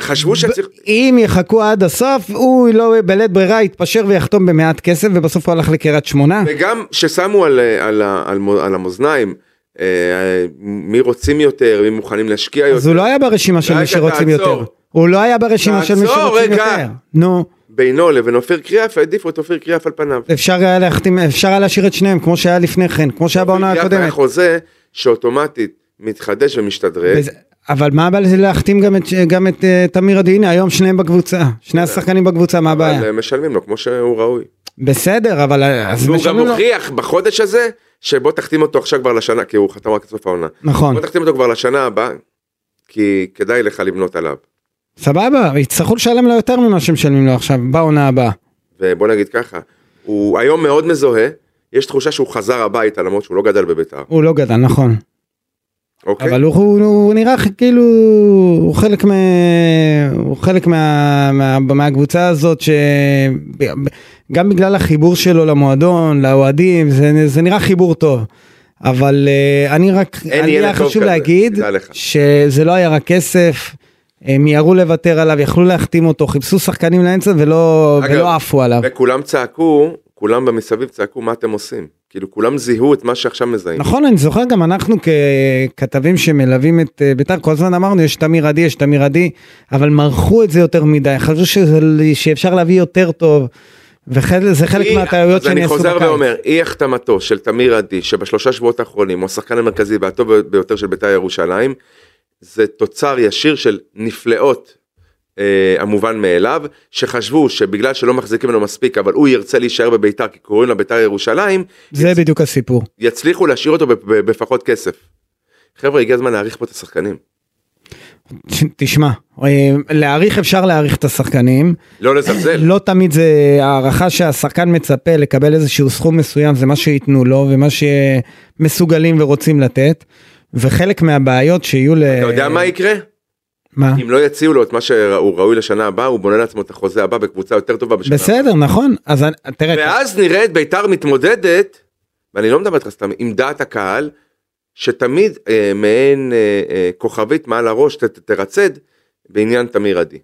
S2: חשבו שצריך...
S1: אם יחכו עד הסוף, הוא לא בלית ברירה יתפשר ויחתום במעט כסף, ובסוף הוא הלך לקריית שמונה.
S2: וגם ששמו על, על, ה- על, מו- על המאזניים, אה, מי רוצים יותר, מי מוכנים להשקיע יותר.
S1: אז הוא לא היה ברשימה של
S2: רגע,
S1: מי שרוצים
S2: תעצור.
S1: יותר. הוא לא היה ברשימה של מי
S2: תעצור,
S1: שרוצים
S2: רגע.
S1: יותר. נו,
S2: בינו לבין אופיר קריאף, העדיפו את אופיר קריאף על פניו.
S1: אפשר היה להחתים, אפשר היה להשאיר את שניהם כמו שהיה לפני כן, כמו שהיה בעונה
S2: אופיר קריאף היה
S1: הקודמת.
S2: חוזה שאוטומטית מתחדש ומשתדרג.
S1: וזה- אבל מה הבעיה להחתים גם את, גם את אה, תמיר עדי? הנה, היום שניהם בקבוצה. שני השחקנים בקבוצה, מה הבעיה?
S2: אבל אה, משלמים לו כמו שהוא ראוי.
S1: בסדר, אבל אה, אז
S2: והוא גם
S1: משלמים לו.
S2: הוכיח בחודש הזה, שבוא תחתים אותו עכשיו כבר לשנה, כי הוא חתם רק עד סוף העונה.
S1: נכון,
S2: בוא תחתים אותו כבר לשנה הבאה, כי כדאי לך לבנות עליו.
S1: סבבה, יצטרכו לשלם לו יותר ממה שמשלמים לו עכשיו, בעונה הבאה.
S2: ובוא נגיד ככה, הוא היום מאוד מזוהה, יש תחושה שהוא חזר הביתה למרות שהוא לא גדל בביתר,
S1: הוא לא גדל, נכון.
S2: אוקיי?
S1: אבל הוא, הוא, הוא נראה כאילו הוא חלק, מה, הוא חלק מה, מה, מהקבוצה הזאת שגם בגלל החיבור שלו למועדון לאוהדים זה, זה נראה חיבור טוב. אבל אה, אני רק,
S2: אין
S1: אני
S2: ילד
S1: היה
S2: טוב
S1: חשוב
S2: כזה,
S1: להגיד
S2: תדע לך.
S1: שזה לא היה רק כסף, הם מיהרו לוותר עליו, יכלו להחתים אותו, חיפשו שחקנים לאמצע ולא,
S2: אגב,
S1: ולא עפו עליו.
S2: וכולם צעקו, כולם במסביב צעקו מה אתם עושים. כאילו כולם זיהו את מה שעכשיו מזהים.
S1: נכון, אני זוכר גם אנחנו ככתבים שמלווים את אה, בית"ר, כל הזמן אמרנו יש תמיר עדי, יש תמיר עדי, אבל מרחו את זה יותר מדי, חשבו שזה- שאפשר להביא יותר טוב, וזה חלק
S2: אי-
S1: מהטעויות
S2: אוקיי, אז אני
S1: שנעשו
S2: חוזר
S1: בקיץ.
S2: ואומר, אי החתמתו של תמיר עדי, שבשלושה שבועות האחרונים הוא השחקן המרכזי והטוב ביותר של בית"ר ירושלים, זה תוצר ישיר של נפלאות אה, המובן מאליו, שחשבו שבגלל שלא מחזיקים ממנו מספיק, אבל הוא ירצה להישאר בבית"ר כי קוראים לה בית"ר ירושלים,
S1: זה בדיוק הסיפור.
S2: יצליחו להשאיר אותו בפ- בפחות כסף. חבר'ה, הגיע הזמן להעריך פה את השחקנים.
S1: ש- תשמע, אה, להעריך אפשר להעריך את השחקנים,
S2: לא לזלזל.
S1: לא תמיד זה הערכה שהשחקן מצפה לקבל איזשהו סכום מסוים זה מה שייתנו לו ומה שמסוגלים ורוצים לתת. וחלק מהבעיות שיהיו ל...
S2: אתה יודע מה יקרה?
S1: מה?
S2: אם לא יציעו לו את מה שהוא ראוי לשנה הבאה, הוא בונה לעצמו את החוזה הבא בקבוצה יותר טובה בשנה הבאה.
S1: בסדר, נכון. אז אני- תראה,
S2: ואז נראה את ביתר מתמודדת, ואני לא מדבר איתך סתם, עם דעת הקהל, שתמיד אה, מעין אה, אה, כוכבית מעל הראש ת, ת, תרצד בעניין תמיר עדי.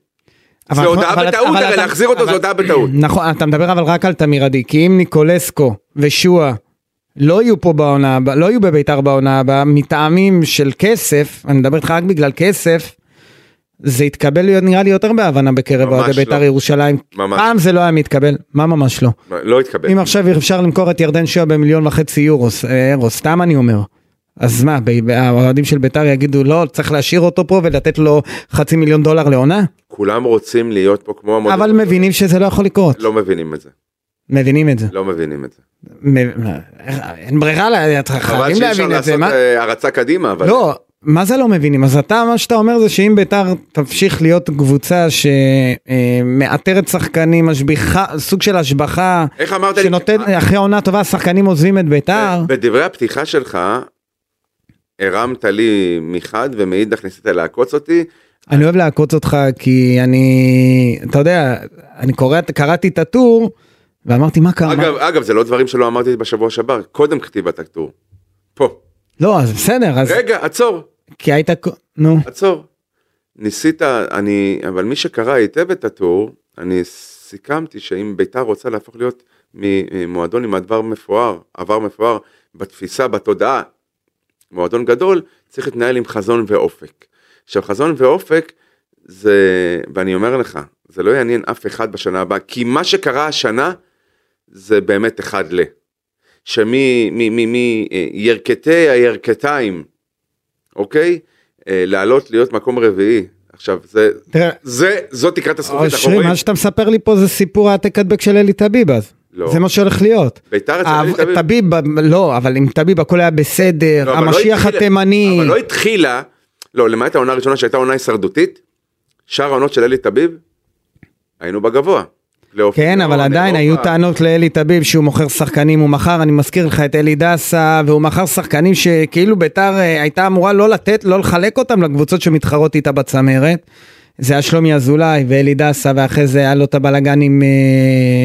S1: אבל- נכון,
S2: זה הודעה
S1: אבל-
S2: בטעות,
S1: אבל
S2: הרי
S1: אתה-
S2: להחזיר אותו
S1: אבל-
S2: זה הודעה בטעות.
S1: נכון, אתה מדבר אבל רק על תמיר עדי, כי אם ניקולסקו ושואה לא יהיו פה בעונה הבאה, לא יהיו בביתר בעונה הבאה, מטעמים של כסף, אני מדבר איתך רק בגלל כסף, זה יתקבל להיות- נראה לי יותר בהבנה בקרב
S2: ממש
S1: אוהדי
S2: לא.
S1: ביתר ירושלים.
S2: ממש.
S1: פעם זה לא היה מתקבל, מה ממש לא.
S2: מה, לא התקבל.
S1: אם עכשיו אפשר למכור את ירדן שואה במיליון וחצי יורו, ס- אה, אירו, סתם אני אומר. אז מה, ב- האוהדים של ביתר יגידו לא, צריך להשאיר אותו פה ולתת לו חצי מיליון דולר לעונה?
S2: כולם רוצים להיות פה כמו המודל.
S1: אבל מבינים שזה לא יכול לקרות.
S2: לא מבינים את זה.
S1: מבינים את זה.
S2: לא מבינים את זה.
S1: מ- אה, אין ברירה, לה- אתה
S2: חבל
S1: חייבים
S2: שאי אפשר
S1: להבין את זה.
S2: לעשות
S1: מה-
S2: אה, הרצה קדימה, אבל...
S1: לא, מה זה לא מבינים? אז אתה, מה שאתה אומר זה שאם ביתר תמשיך להיות קבוצה שמאתרת שחקנים, משביחה, סוג של השבחה,
S2: איך אמרת לי? אה,
S1: שנותן, אחרי עונה טובה השחקנים עוזבים את ביתר,
S2: בדברי הפתיחה שלך, הרמת לי מחד ומאידך ניסית לעקוץ אותי.
S1: אני אוהב להקוץ אותך כי אני, אתה יודע, אני קורא, קראתי את הטור ואמרתי מה קרה,
S2: אגב,
S1: מה-
S2: אגב, זה לא דברים שלא אמרתי בשבוע שעבר, קודם כתיבת הטור. פה.
S1: לא, אז בסדר, אז,
S2: רגע, עצור,
S1: כי היית, ק- נו,
S2: עצור. ניסית, אני, אבל מי שקרא היטב את הטור, אני סיכמתי שאם ביתר רוצה להפוך להיות ממועדון עם עבר מפואר, עבר מפואר בתפיסה, בתודעה, מועדון גדול, צריך להתנהל עם חזון ואופק. עכשיו חזון ואופק זה, ואני אומר לך, זה לא יעניין אף אחד בשנה הבאה, כי מה שקרה השנה זה באמת אחד ל. שמי, מי, מי, מי, אה, ירקתי הירקתיים, אוקיי? אה, לעלות להיות מקום רביעי. עכשיו, זה,
S1: תראה,
S2: זה, זאת תקרת הזכוכית
S1: אושרי,
S2: האחורית.
S1: אה, מה שאתה מספר לי פה זה סיפור העתק הדבק של אלי טביב אז,
S2: לא.
S1: זה מה שהולך להיות.
S2: ביתר אצל
S1: אה,
S2: אלי תמיד-
S1: טביב, ב- לא, אבל עם טביב הכל היה בסדר,
S2: לא, אבל לא
S1: המשיח
S2: התחילה-
S1: התימני,
S2: אבל לא התחילה, לא, למעט העונה הראשונה שהייתה עונה הישרדותית, שאר העונות של אלי טביב, היינו בגבוה. פלייאוף
S1: כן,
S2: עליון,
S1: אבל עדיין היו
S2: אירופה.
S1: טענות לאלי טביב שהוא מוכר שחקנים, הוא מכר, אני מזכיר לך את אלי דסה, והוא מכר שחקנים שכאילו ביתר אה, הייתה אמורה לא לתת, לא לחלק אותם לקבוצות שמתחרות איתה בצמרת. זה היה שלומי אזולאי ואלי דסה, ואחרי זה היה לו את הבלאגן עם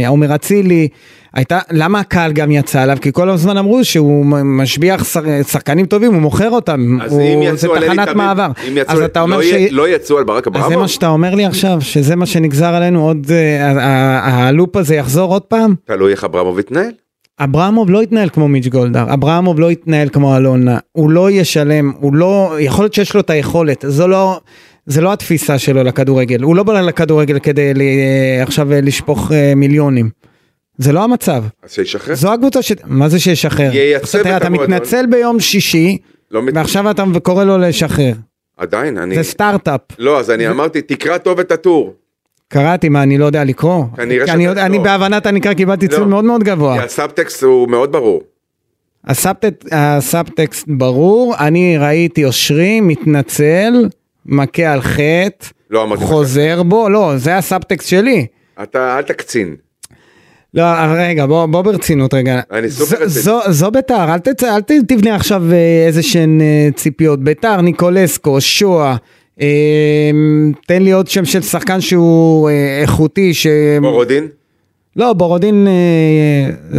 S1: אה, עומר אצילי. הייתה, למה הקהל גם יצא עליו? כי כל הזמן אמרו שהוא מ- משביח שר- שחקנים טובים, הוא מוכר אותם,
S2: אז אם
S1: הוא, זה
S2: יצאו על אלי
S1: תחנת
S2: תמיד,
S1: מעבר.
S2: אם יצאו-
S1: אז אתה
S2: לא
S1: אומר ש...
S2: יהיה- לא יצאו על ברק
S1: אז זה
S2: אברמוב?
S1: מה שאתה אומר לי עכשיו, שזה מה שנגזר עלינו עוד, אה, ה- ה- הלופ הזה יחזור עוד פעם?
S2: תלוי איך אברמוב יתנהל.
S1: אברמוב לא יתנהל כמו מיץ' גולדהר, אברמוב לא יתנהל כמו אלונה, הוא לא ישלם, הוא לא, יכול להיות שיש לו את היכולת, זו לא, זה לא התפיסה שלו לכדורגל, הוא לא בא לכדורגל כדי ל, אה, עכשיו אה, לשפוך אה, מיליונים. זה לא המצב,
S2: אז שישחרר.
S1: זו הקבוצה ש... מה זה שישחרר?
S2: ייצב
S1: עכשיו תראה,
S2: את
S1: אתה
S2: המועדון.
S1: מתנצל ביום שישי,
S2: לא מת...
S1: ועכשיו אתה קורא לו לשחרר.
S2: עדיין, אני...
S1: זה סטארט-אפ.
S2: לא, אז אני אמרתי, תקרא טוב את הטור.
S1: קראתי מה אני לא יודע לקרוא,
S2: כנראה
S1: כי אני,
S2: שאתה-
S1: יודע- אני
S2: לא.
S1: בהבנת הנקרא קיבלתי
S2: לא.
S1: ציון מאוד מאוד גבוה.
S2: כי הסאבטקסט הוא מאוד ברור.
S1: הסאבטקסט, הסאבטקסט ברור, אני ראיתי אושרי מתנצל, מכה על חטא,
S2: לא אמרתי לך.
S1: חוזר בו, לא זה הסאבטקסט שלי.
S2: אתה אל תקצין.
S1: לא רגע בוא בוא ברצינות רגע.
S2: אני סופר
S1: זו-
S2: רציני.
S1: זו, זו ביתר אל, תצ... אל ת... תבנה עכשיו אה, איזה שהן אה, ציפיות ביתר ניקולסקו שואה. אה, תן לי עוד שם של שחקן שהוא אה, איכותי ש...
S2: מורודין?
S1: לא, בורודין, אה,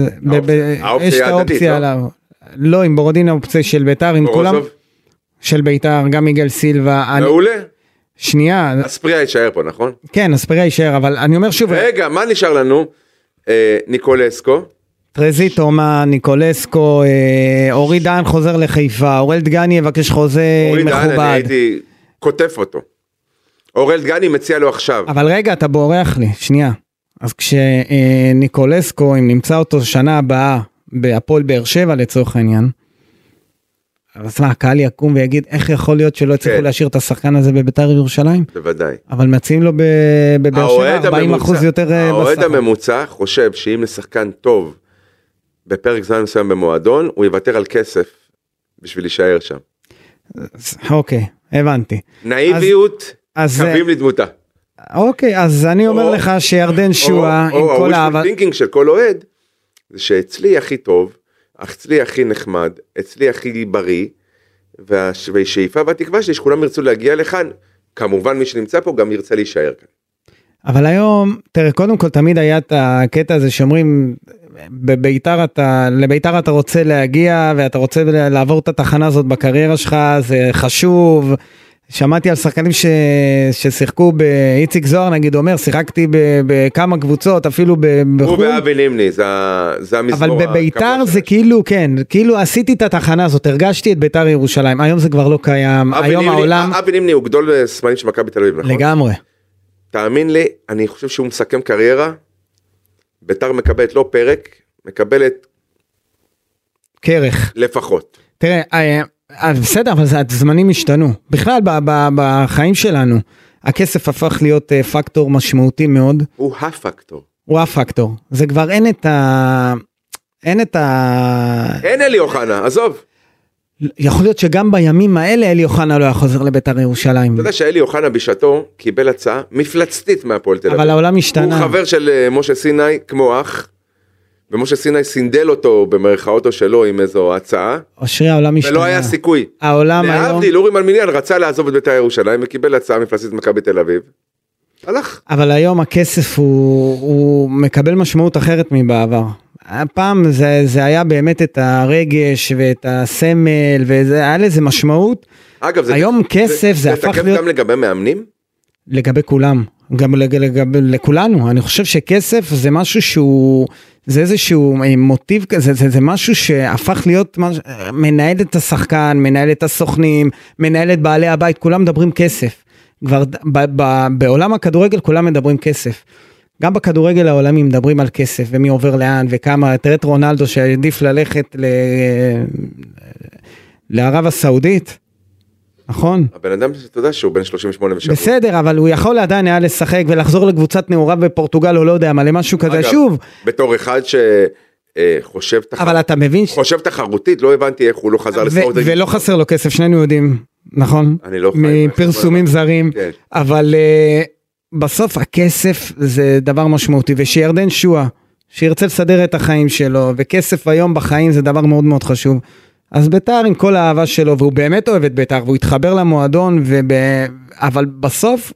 S1: אה, ב-
S2: האופ-
S1: ב-
S2: האופציה
S1: יש את
S2: היא הדדית,
S1: האופציה
S2: לא?
S1: עליו. לא, עם בורודין האופציה של ביתר, עם כולם.
S2: מורוזוב?
S1: של ביתר, גם מיגל סילבה. אני-
S2: מעולה.
S1: שנייה,
S2: אספריה יישאר פה, נכון?
S1: כן, אספריה יישאר, אבל אני אומר שוב,
S2: רגע, מה נשאר לנו? אה, ניקולסקו,
S1: טרזיטו, מה, ניקולסקו, אה, אורי דהן חוזר לחיפה, אורל דגני יבקש חוזה
S2: אורי דהן, אני
S1: אה, מכובד.
S2: הייתי קוטף אותו. אורל דגני מציע לו עכשיו.
S1: אבל רגע, אתה בורח לי, שנייה. אז כשניקולסקו, אם נמצא אותו שנה הבאה בהפועל באר שבע לצורך העניין, אז מה, הקהל יקום ויגיד, איך יכול להיות שלא הצליחו
S2: כן.
S1: להשאיר את השחקן הזה בביתר ירושלים?
S2: בוודאי.
S1: אבל מציעים לו ב- בבאר
S2: האוהד
S1: שבע 40 אחוז
S2: הממוצע-
S1: יותר אה,
S2: האוהד
S1: בשכר.
S2: הממוצע חושב שאם לשחקן טוב בפרק זמן מסוים במועדון, הוא יוותר על כסף בשביל להישאר שם.
S1: אוקיי, הבנתי.
S2: נאיביות,
S1: אז אה,
S2: קווים לדמותה.
S1: אוקיי, אז אני אומר
S2: או-
S1: לך שירדן שואה,
S2: או-
S1: עם
S2: או
S1: כל
S2: ה-wishful
S1: האהבה...
S2: thinking של כל אוהד, זה שאצלי הכי טוב, אצלי הכי נחמד, אצלי הכי בריא, וה- והשאיפה והתקווה שלי שכולם ירצו להגיע לכאן, כמובן מי שנמצא פה גם ירצה להישאר כאן.
S1: אבל היום, תראה, קודם כל תמיד היה את הקטע הזה שאומרים, בביתר אתה, לביתר אתה רוצה להגיע ואתה רוצה ל- לעבור את התחנה הזאת בקריירה שלך, זה חשוב. שמעתי על שחקנים ש... ששיחקו באיציק זוהר, נגיד, אומר, שיחקתי ב... בכמה קבוצות, אפילו ב...
S2: הוא
S1: בחו"ל.
S2: ואבי נימני, זה ה- זה המזמור.
S1: נכון. אבל בביתר
S2: הקבוע
S1: זה
S2: שלהם.
S1: כאילו, כן, כאילו עשיתי את התחנה הזאת, הרגשתי את ביתר ירושלים, היום זה כבר לא קיים,
S2: אבי
S1: היום
S2: נימני-
S1: העולם,
S2: אבי נימני הוא גדול אה, סמלים של מכבי תל אביב, נכון?
S1: לגמרי.
S2: תאמין לי, אני חושב שהוא מסכם קריירה, ביתר מקבלת לא פרק, מקבלת
S1: כרך.
S2: לפחות.
S1: תראה, אה, אה, בסדר, אבל זה- הזמנים השתנו. בכלל, ב- ב- בחיים שלנו, הכסף הפך להיות אה, פקטור משמעותי מאוד.
S2: הוא הפקטור.
S1: הוא הפקטור. זה כבר אין את ה... אין את ה...
S2: אין אלי אוחנה, עזוב.
S1: יכול להיות שגם בימים האלה אלי אוחנה לא היה חוזר לביתר ירושלים.
S2: אתה יודע שאלי אוחנה בשעתו קיבל הצעה מפלצתית מהפועל תל אביב.
S1: אבל העולם
S2: הוא
S1: השתנה.
S2: חבר של אה, משה סיני כמו אח, ומשה סיני סינדל אותו במרכאות או שלו עם איזו הצעה,
S1: אושרי, העולם השתנה.
S2: ולא היה סיכוי.
S1: העולם היום...
S2: להבדיל, לא אורי מלמיליאן רצה לעזוב את בית"ר ירושלים וקיבל הצעה מפלצתית ממכבי תל אביב. הלך.
S1: אבל היום הכסף הוא, הוא מקבל משמעות אחרת מבעבר. הפעם זה, זה היה באמת את הרגש ואת הסמל וזה היה לזה משמעות
S2: אגב, זה...
S1: היום כסף זה הפך
S2: תקף
S1: להיות-
S2: גם לגבי מאמנים?
S1: לגבי כולם, גם לג, לגבי, לכולנו. אני חושב שכסף זה משהו שהוא, זה איזשהו אה, מוטיב כזה, זה, זה משהו שהפך להיות מש- אה, מנהל את השחקן, מנהל את הסוכנים, מנהל את בעלי הבית, כולם מדברים כסף. כבר ד- ב, ב, בעולם הכדורגל כולם מדברים כסף. גם בכדורגל העולמי מדברים על כסף ומי עובר לאן וכמה, תראה את רונלדו שהעדיף ללכת ל... אה, לערב הסעודית, נכון?
S2: הבן אדם, אתה יודע שהוא בן 38 ושבוע.
S1: בסדר, אבל הוא יכול עדיין היה לשחק ולחזור לקבוצת נעוריו בפורטוגל או לא יודע מה, למשהו כזה,
S2: אגב,
S1: שוב,
S2: בתור אחד שחושב
S1: אבל אתה מבין, ש...
S2: חושב תחרותית, לא הבנתי איך הוא לא חזר
S1: ו-
S2: לספורט.
S1: ולא חסר לו כסף, שנינו יודעים, נכון?
S2: אני לא חי בהם.
S1: מפרסומים זרים,
S2: כן.
S1: אבל אה, בסוף הכסף זה דבר משמעותי, ושירדן שואה, שירצה לסדר את החיים שלו, וכסף היום בחיים זה דבר מאוד מאוד חשוב. אז ביתר עם כל האהבה שלו, והוא באמת אוהב את ביתר, והוא התחבר למועדון, וב... אבל בסוף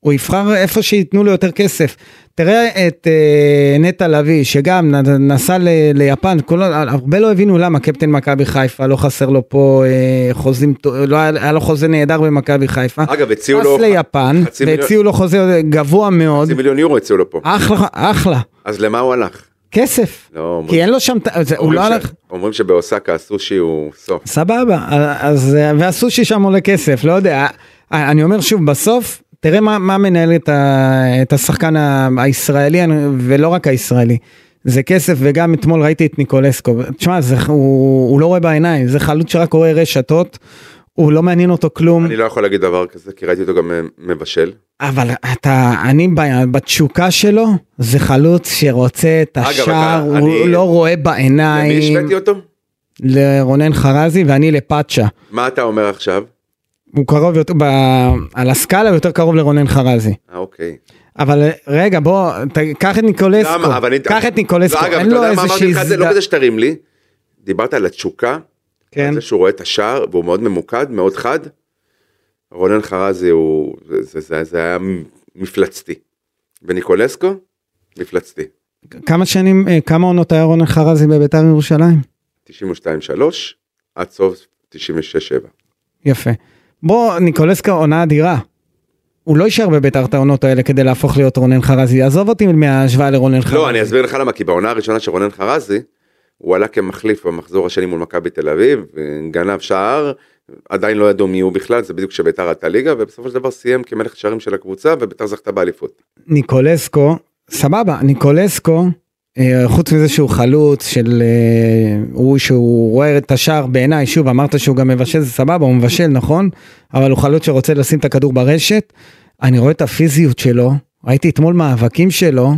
S1: הוא יבחר איפה שייתנו לו יותר כסף. תראה את אה, נטע לביא, שגם נ- נסע ל, ליפן, כל, ה- הרבה לא הבינו למה קפטן מכבי חיפה, לא חסר לו פה אה, חוזים, טו- לא היה, היה לו חוזה נהדר במכבי חיפה.
S2: אגב, הציעו לו
S1: טס ליפן,
S2: חצי מיליון-
S1: והציעו לו אה? חוזה גבוה מאוד,
S2: חצי מיליון יורו הציעו לו פה.
S1: אחלה, אחלה,
S2: אז למה הוא הלך?
S1: כסף.
S2: לא, אומרים-
S1: כי אין לו שם, ת- זה- הוא
S2: אומרים
S1: לא
S2: ש-
S1: הלך.
S2: אומרים שבאוסקה הסושי הוא סוף.
S1: סבבה, אז, והסושי שם עולה כסף, לא יודע. אני אומר שוב, בסוף, תראה מה, מה מנהל את, ה, את השחקן ה- הישראלי, ולא רק הישראלי. זה כסף, וגם אתמול ראיתי את ניקולסקו. תשמע, זה, הוא, הוא לא רואה בעיניים, זה חלוץ שרק רואה רשתות, הוא לא מעניין אותו כלום.
S2: אני לא יכול להגיד דבר כזה, כי ראיתי אותו גם אה, מבשל.
S1: אבל אתה, אני ב- בתשוקה שלו, זה חלוץ שרוצה את
S2: אגב, אתה-
S1: השער, הוא
S2: אני-
S1: לא רואה
S2: למי
S1: בעיניים.
S2: השוויתי אותו?
S1: לרונן חרזי ואני לפאצ'ה.
S2: מה אתה אומר עכשיו?
S1: הוא קרוב יותר, ב, על הסקאלה הוא יותר קרוב לרונן חרזי.
S2: אה, אוקיי.
S1: אבל רגע בוא, ת, קח את ניקולסקו,
S2: למה? אבל אני-
S1: קח את ניקולסקו,
S2: לא, אגב,
S1: אין
S2: אתה
S1: לו
S2: יודע מה אמרתי
S1: איזושהי
S2: לך? זה לא כזה שתרים לי. דיברת על התשוקה,
S1: כן.
S2: על זה שהוא רואה את השער והוא מאוד ממוקד, מאוד חד. רונן חרזי הוא, זה- זה- זה זה היה מפלצתי. וניקולסקו? מפלצתי.
S1: כמה שנים, אה, כמה עונות היה רונן חרזי בביתר ירושלים?
S2: 92-3 עד סוף 96-7.
S1: יפה. בוא, ניקולסקו עונה אדירה. הוא לא יישאר בביתר את העונות האלה כדי להפוך להיות רונן חרזי. עזוב אותי מההשוואה לרונן חרזי.
S2: לא, אני אסביר לך למה, כי בעונה הראשונה של רונן חרזי, הוא עלה כמחליף במחזור השני מול מכבי תל אביב, גנב שער, עדיין לא ידעו מי הוא בכלל, זה בדיוק כשביתר עלתה ליגה, ובסופו של דבר סיים כמלך שערים של הקבוצה, וביתר זכתה באליפות.
S1: ניקולסקו, סבבה, ניקולסקו, אה, חוץ מזה שהוא חלוץ, של, אה, הוא שהוא רואה את השער בעיניי, שוב אמרת שהוא גם מבשל, זה סבבה, הוא מבשל נכון, אבל הוא חלוץ שרוצה לשים את הכדור ברשת, אני רואה את הפיזיות שלו, ראיתי אתמול מאבקים שלו,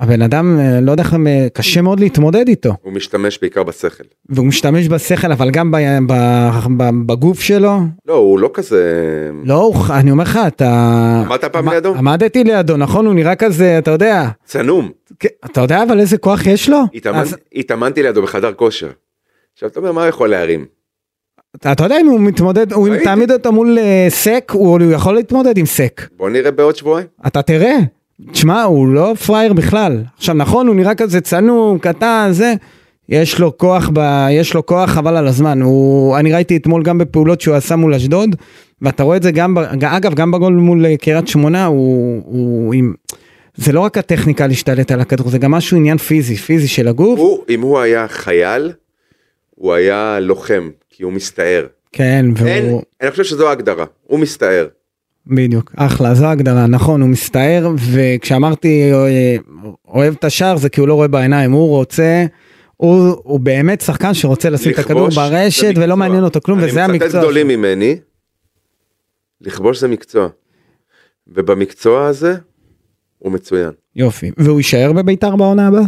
S1: הבן אדם, אה, לא יודע איך, אה, קשה מאוד להתמודד איתו.
S2: הוא משתמש בעיקר בשכל.
S1: והוא משתמש בשכל אבל גם ב, ב, ב, בגוף שלו.
S2: לא, הוא לא כזה...
S1: לא, הוא- אני אומר לך, אתה...
S2: עמדת פעם
S1: עמ-
S2: לידו?
S1: עמדתי לידו, נכון, הוא נראה כזה, אתה יודע.
S2: צנום.
S1: כן, אתה יודע אבל איזה כוח יש לו?
S2: התאמן-
S1: אז
S2: התאמנתי לידו בחדר כושר. עכשיו אתה אומר, מה הוא יכול להרים?
S1: אתה אתה יודע אם הוא מתמודד, הוא- אם
S2: ראיתי.
S1: תעמיד אותו מול אה, סק, הוא הוא יכול להתמודד עם סק.
S2: בוא נראה בעוד שבועיים.
S1: אתה תראה. תשמע, הוא לא פראייר בכלל. עכשיו נכון, הוא נראה כזה צנום, קטן, זה. יש לו כוח, ב... יש לו כוח חבל על הזמן. הוא... אני ראיתי אתמול גם בפעולות שהוא עשה מול אשדוד, ואתה רואה את זה גם, ב... אגב, גם בגול מול אה, קריית שמונה, הוא... הוא עם... זה לא רק הטכניקה להשתלט על הכדור, זה גם משהו עניין פיזי, פיזי של הגוף.
S2: הוא, אם הוא היה חייל, הוא היה לוחם, כי הוא מסתער.
S1: כן, והוא...
S2: אין, אני חושב שזו ההגדרה, הוא מסתער.
S1: בדיוק, אחלה, זו ההגדרה, נכון, הוא מסתער, וכשאמרתי אה, אוהב את השער זה כי הוא לא רואה בעיניים, הוא רוצה, הוא, הוא באמת שחקן שרוצה לשים את הכדור
S2: לכבוש זה
S1: ברשת
S2: מקצוע.
S1: ולא מעניין אותו כלום, וזה
S2: אני מצטט
S1: המקצוע.
S2: גדולים ממני, לכבוש זה מקצוע. ובמקצוע הזה, הוא מצוין.
S1: יופי, והוא יישאר בביתר בעונה הבאה?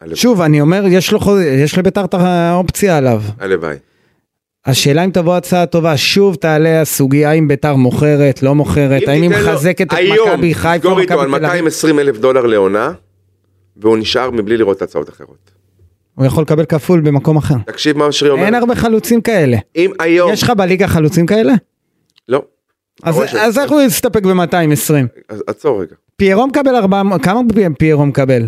S2: הלוואי.
S1: שוב, אני אומר, יש, לו, חוז- יש לביתר את האופציה עליו.
S2: הלוואי.
S1: השאלה אם תבוא הצעה טובה, שוב תעלה הסוגיה אם ביתר מוכרת, לא מוכרת, האם היא
S2: תיתן לו
S1: מחזקת את
S2: היום,
S1: מכבי חיפה,
S2: סגור
S1: מכבי
S2: איתו על
S1: תל אביב,
S2: 220 אלף דולר לעונה, והוא נשאר מבלי לראות הצעות אחרות.
S1: הוא יכול לקבל כפול במקום אחר.
S2: תקשיב מה שרי אומר. לא.
S1: אין הרבה חלוצים כאלה.
S2: אם היום...
S1: יש לך בליגה חלוצים כאלה?
S2: לא.
S1: אז,
S2: הראש
S1: אז
S2: שלו.
S1: איך הוא יסתפק ב-220?
S2: אז עצור רגע.
S1: פיירו מקבל 400, כמה פי- פיירו מקבל?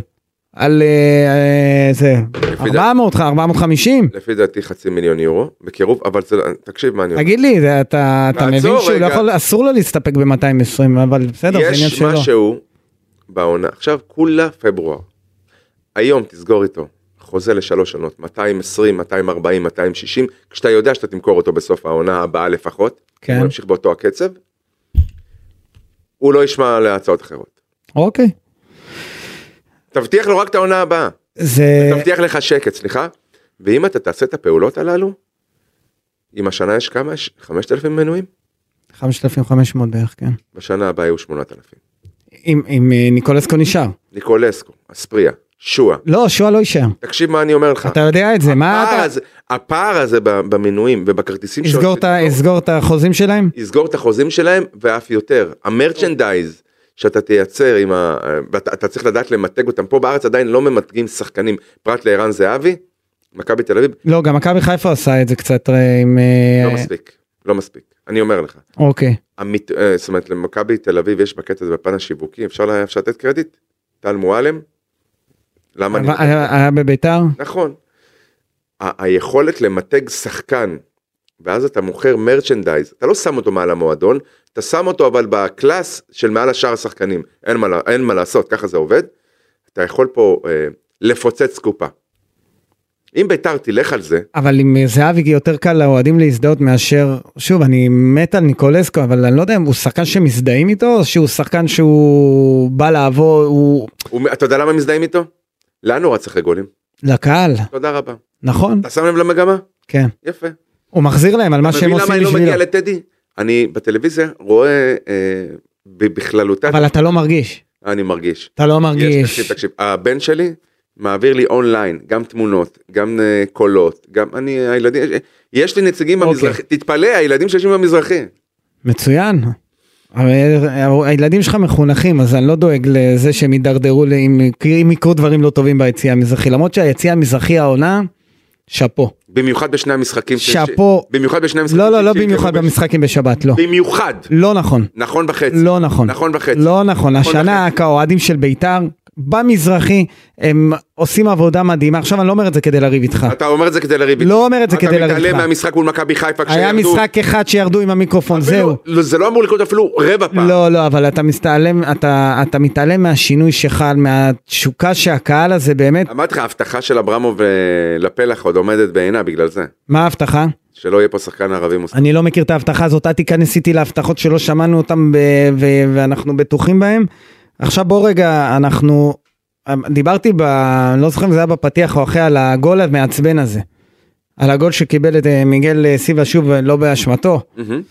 S1: על אה, אה, זה,
S2: דעתי.
S1: 400, 450?
S2: לפי דעתי חצי מיליון יורו, בקירוב, אבל זה... תקשיב מה אני אומר.
S1: תגיד לי, זה- אתה, אתה
S2: תעצור
S1: מבין שהוא לא
S2: רגע.
S1: יכול, אסור לו להסתפק ב-220, אבל בסדר, זה עניין
S2: יש
S1: שלו.
S2: משהו בעונה. עכשיו, כולה פברואר. היום תסגור איתו חוזה לשלוש שנות, 220, 240, 260, כשאתה יודע שאתה תמכור אותו בסוף העונה הבאה לפחות.
S1: כן.
S2: הוא ימשיך באותו הקצב. הוא לא ישמע להצעות אחרות.
S1: אוקיי.
S2: תבטיח לו רק את העונה הבאה.
S1: זה,
S2: תבטיח לך שקט, סליחה. ואם אתה תעשה את הפעולות הללו, אם השנה יש כמה? יש 5,000 מנויים?
S1: 5,500 בערך, כן.
S2: בשנה הבאה יהיו 8,000.
S1: אם, אם אה, ניקולסקו נשאר.
S2: ניקולסקו, אספריה, שועה.
S1: לא, שועה לא יישאר.
S2: תקשיב מה אני אומר לך.
S1: אתה יודע את זה, מה
S2: הפער
S1: אתה...
S2: הזה- הפער הזה ב- במנויים ובכרטיסים שעוד-
S1: יסגור את ה- יסגור את החוזים שלהם?
S2: יסגור את החוזים שלהם ואף יותר. המרצ'נדייז שאתה תייצר עם ה... ואתה אתה צריך לדעת למתג אותם. פה בארץ עדיין לא ממתגים שחקנים פרט לערן זהבי, מכבי תל אביב,
S1: לא, גם מכבי חיפה עשה את זה קצת אה, עם... אה,
S2: לא מספיק. לא מספיק. אני אומר לך.
S1: אוקיי.
S2: המית... אה, זאת אומרת למכבי תל אביב יש בקטע הזה בפן השיווקי אפשר, לה... אפשר לתת קרדיט. טל מועלם. למה
S1: אבל-
S2: אני...
S1: אה,
S2: לא
S1: היה היה בביתר?
S2: נכון. ה- היכולת למתג שחקן ואז אתה מוכר מרצ'נדייז אתה לא שם אותו מעל המועדון אתה שם אותו אבל בקלאס של מעל השאר השחקנים אין מה, לה- אין מה לעשות ככה זה עובד. אתה יכול פה אה, לפוצץ קופה. אם ביתר תלך על זה
S1: אבל עם אה, זהבי יותר קל לאוהדים להזדהות מאשר, שוב, אני מת על ניקולסקו, אבל אני לא יודע אם הוא שחקן שמזדהים איתו, או שהוא שחקן שהוא בא לעבור, הוא...
S2: הוא... אתה יודע למה מזדהים איתו? לנו רץ אחרי גולים
S1: לקהל,
S2: תודה רבה.
S1: נכון?
S2: אתה שם לב למגמה?
S1: כן.
S2: יפה.
S1: הוא מחזיר להם על מה
S2: אתה
S1: שהם
S2: מבין למה
S1: עושים
S2: אני לא
S1: בשבילו.
S2: מגיע לטדי? אני בטלוויזיה רואה אה, ב- בכללותה,
S1: אבל אתה לא מרגיש,
S2: אני מרגיש.
S1: אתה לא
S2: יש,
S1: מרגיש.
S2: תקשיב, תקשיב, הבן שלי מעביר לי אונליין, גם תמונות, גם אה, קולות, גם אני, הילדים, יש- יש לי נציגים
S1: אוקיי.
S2: במזרחי, תתפלא, הילדים שיושבים במזרחי.
S1: מצוין. אבל אה, הילדים שלך מחונכים אז אני לא דואג לזה שהם יידרדרו ל- אם אם יקרו דברים לא טובים ביציע המזרחי למרות שהיציע המזרחי העונה שאפו.
S2: במיוחד בשני המשחקים. ש-
S1: שאפו.
S2: ש- במיוחד בשני המשחקים.
S1: לא לא לא
S2: שהתקיימו
S1: במיוחד
S2: בש-
S1: במשחקים בשבת לא.
S2: במיוחד.
S1: לא נכון.
S2: נכון בחצי.
S1: לא נכון.
S2: נכון וחצי.
S1: לא נכון.
S2: נכון
S1: השנה
S2: וחצי.
S1: כאוהדים של בית"ר במזרחי, הם עושים עבודה מדהימה. עכשיו אני לא אומר את זה כדי לריב איתך.
S2: אתה אומר את זה כדי לריב איתי.
S1: לא אומר את זה כדי לריב
S2: אתה מתעלם
S1: איתך.
S2: מהמשחק מול מכבי חיפה
S1: היה
S2: כשירדו.
S1: משחק אחד שירדו עם המיקרופון, זהו.
S2: אפילו- לא, זה לא אמור לקרות אפילו רבע פעם.
S1: לא, לא, אבל אתה מסתעלם, אתה, אתה מתעלם מהשינוי שחל, מהתשוקה שהקהל הזה באמת,
S2: אמרתי לך, ההבטחה של אברמוב אה, לפלח עוד עומדת בעינה בגלל זה.
S1: מה ההבטחה?
S2: שלא יהיה פה שחקן ערבי מוסלמי.
S1: אני לא מכיר את ההבטחה הזאת, אל תיכנס איתי להבטחות שלא שמענו אותן ב- ו- ואנחנו בטוחים בהן. עכשיו בוא רגע, אנחנו, דיברתי ב... אני לא זוכר אם זה היה בפתיח או אחרי, על הגול המעצבן הזה. על הגול שקיבל את אה, מיגל אה, סיבה שוב, אה, לא באשמתו.
S2: מהמם.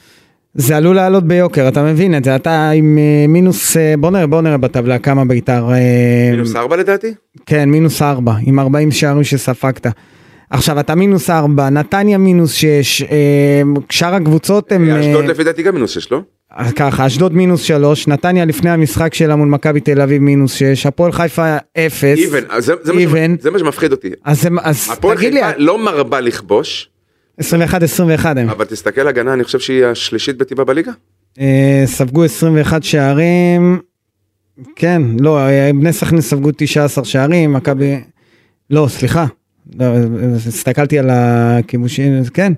S1: זה עלול לעלות ביוקר, אתה מבין את זה, אתה עם אה, מינוס, אה, בוא נראה, בוא נראה בטבלה כמה בית"ר. אה,
S2: מינוס ארבע לדעתי?
S1: כן, מינוס 4, עם 40 שערים שספגת. עכשיו, אתה מינוס 4, נתניה מינוס 6, אה, שאר הקבוצות הם...
S2: אה, אשדוד
S1: אה,
S2: לפי דעתי גם מינוס שש, לא?
S1: אז ככה, אשדוד מינוס 3, נתניה לפני המשחק שלה מול מכבי תל אביב מינוס 6, הפועל חיפה 0.
S2: איבן. אה, זה- זה מה ש-
S1: איבן.
S2: זה מה שמפחיד אותי.
S1: אז, הם- אז
S2: הפועל
S1: תגיד לי, אה-
S2: חיפה לא מרבה לכבוש,
S1: 21-21 הם.
S2: אבל תסתכל הגנה, אני חושב שהיא השלישית בטיבה בליגה.
S1: אה, ספגו 21 שערים, כן, לא, אה, בני סכנין ספגו 19 שערים, מכבי, לא, סליחה, לא, אה, הסתכלתי על הכיבושים, אז כן,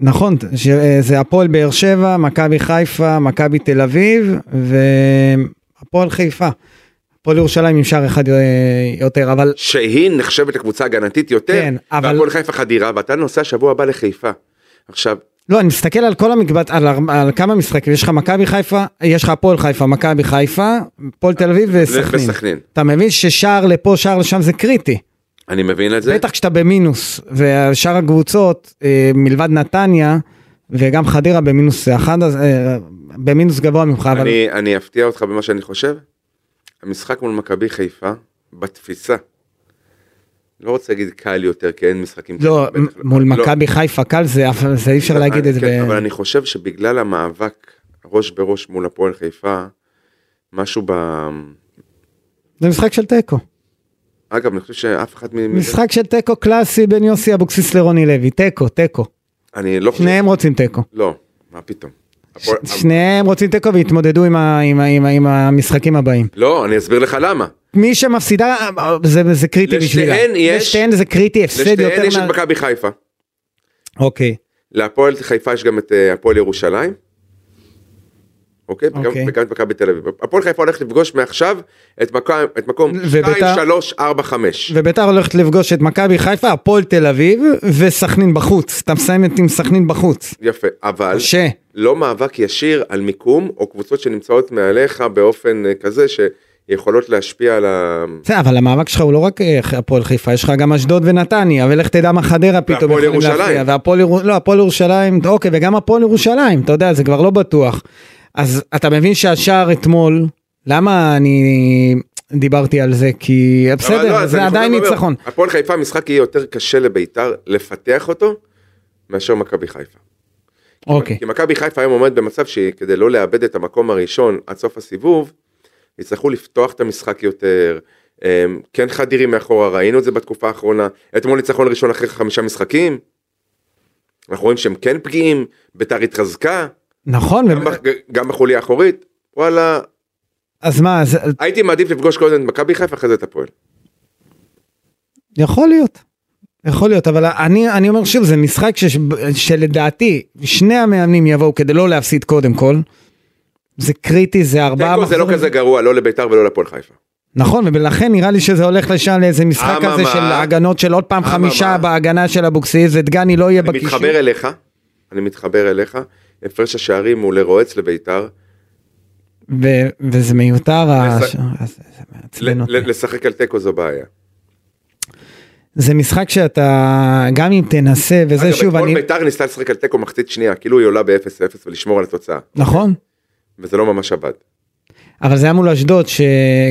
S1: נכון, ש- אה, זה הפועל באר שבע, מכבי חיפה, מכבי תל אביב, והפועל חיפה. הפועל ירושלים עם שער אחד אה, יותר, אבל
S2: שהיא נחשבת לקבוצה הגנתית יותר,
S1: כן, אבל-
S2: והפועל חיפה חדירה, ואתה נוסע שבוע הבא לחיפה. עכשיו,
S1: לא, אני מסתכל על כל המקבץ, על, הר- על כמה משחקים, יש לך מכבי חיפה, יש לך הפועל חיפה, מכבי חיפה, הפועל תל אביב וסכנין.
S2: וסכנין.
S1: אתה מבין ששער לפה, שער לשם זה קריטי.
S2: אני מבין את זה,
S1: בטח כשאתה במינוס, ושאר הקבוצות, אה, מלבד נתניה, וגם חדרה במינוס אחד, אז, אה, במינוס גבוה ממך, אבל...
S2: אני, אני אפתיע אותך במה שאני חושב. המשחק מול מכבי חיפה, בתפיסה, לא רוצה להגיד קל יותר, כי אין משחקים
S1: לא,
S2: כאלה, בטח לא.
S1: מול
S2: לא.
S1: מכבי חיפה קל זה, אף- זה אי אפשר להגיד
S2: אני-
S1: את זה.
S2: כן,
S1: ב-
S2: אבל אני חושב שבגלל המאבק ראש בראש מול הפועל חיפה, משהו ב...
S1: זה משחק של תיקו.
S2: אגב, אני חושב שאף אחד מ...
S1: משחק של תיקו קלאסי בין יוסי אבוקסיס לרוני לוי, תיקו, תיקו.
S2: אני לא חושב...
S1: שניהם רוצים תיקו.
S2: לא, מה פתאום.
S1: ש-
S2: הפועל-
S1: שניהם רוצים תיקו והתמודדו עם ה- עם ה- עם ה- עם המשחקים הבאים.
S2: לא, אני אסביר לך למה.
S1: מי שמפסידה אה, זה זה קריטי
S2: לשתיהן
S1: בשבילה.
S2: יש-
S1: לשתיהן זה קריטי, הפסד
S2: לשתיהן
S1: יותר
S2: יש
S1: מה-
S2: את מכבי חיפה.
S1: אוקיי.
S2: להפועל חיפה יש גם את אה, הפועל ירושלים. אוקיי? וגם-
S1: אוקיי.
S2: וגם את מכבי תל אביב. הפועל חיפה הולכת לפגוש מעכשיו את מקום- את מקום
S1: וביתר?
S2: 2, 3, 4, 5.
S1: וביתר הולכת לפגוש את מכבי חיפה, הפועל תל אביב וסכנין בחוץ. אתה מסיים את- עם סכנין בחוץ.
S2: יפה, אבל
S1: קשה.
S2: לא מאבק ישיר על מיקום או קבוצות שנמצאות מעליך באופן אה, כזה שיכולות להשפיע על ה...
S1: בסדר, אבל המאבק שלך הוא לא רק אה, הפועל חיפה, יש לך גם אשדוד ונתניה, ולך תדע מה חדרה פתאום
S2: והפועל
S1: יכולים
S2: ירושלים.
S1: להפריע, והפועל ירושלים, לא, הפועל ירושלים, אוקיי, וגם הפועל ירושלים, אתה יודע, זה כבר לא בטוח. אז אתה מבין שהשער אתמול, למה אני דיברתי על זה? כי
S2: אבל לא,
S1: בסדר,
S2: אז
S1: זה
S2: אני חוזר
S1: עדיין
S2: ואומר,
S1: ניצחון.
S2: הפועל חיפה משחק יהיה יותר קשה לביתר לפתח אותו מאשר מכבי חיפה.
S1: אוקיי,
S2: כי מכבי חיפה היום עומד במצב שכדי לא לאבד את המקום הראשון עד סוף הסיבוב, יצטרכו לפתוח את המשחק יותר, אמ, כן חדירים מאחורה, ראינו את זה בתקופה האחרונה, אתמול ניצחון ראשון אחרי חמישה משחקים, אנחנו רואים שהם כן פגיעים, ביתר התחזקה,
S1: נכון, ו-
S2: גם בח- גם בחוליה האחורית, וואלה,
S1: אז מה, אז
S2: הייתי מעדיף לפגוש קודם את מכבי חיפה אחרי זה את הפועל.
S1: יכול להיות. יכול להיות, אבל אני, אני אומר שוב, זה משחק ש, שלדעתי שני המאמנים יבואו כדי לא להפסיד קודם כל. זה קריטי, זה ארבעה
S2: תיקו זה לא
S1: מחזורים.
S2: כזה גרוע, לא לביתר ולא לפועל חיפה.
S1: נכון, ולכן נראה לי שזה הולך לשם לאיזה משחק
S2: אממה.
S1: כזה של הגנות של עוד פעם
S2: אממה.
S1: חמישה בהגנה של אבוקסיס, ודגני לא יהיה
S2: אני
S1: בקישור.
S2: מתחבר אליך, אני מתחבר אליך, הפרש השערים הוא לרועץ לביתר,
S1: ו- וזה מיותר, ה-
S2: לס-
S1: ש- אז זה מעצבן
S2: ל-
S1: אותי.
S2: ל- לשחק על תיקו זו בעיה.
S1: זה משחק שאתה, גם אם תנסה, וזה
S2: אגב,
S1: שוב,
S2: אתמול
S1: אני...
S2: ביתר ניסתה לשחק על תיקו מחצית שנייה, כאילו היא עולה ב-0-0 ולשמור על התוצאה,
S1: נכון,
S2: וזה לא ממש
S1: אה.
S2: עבד.
S1: אבל זה היה מול אשדוד, ש...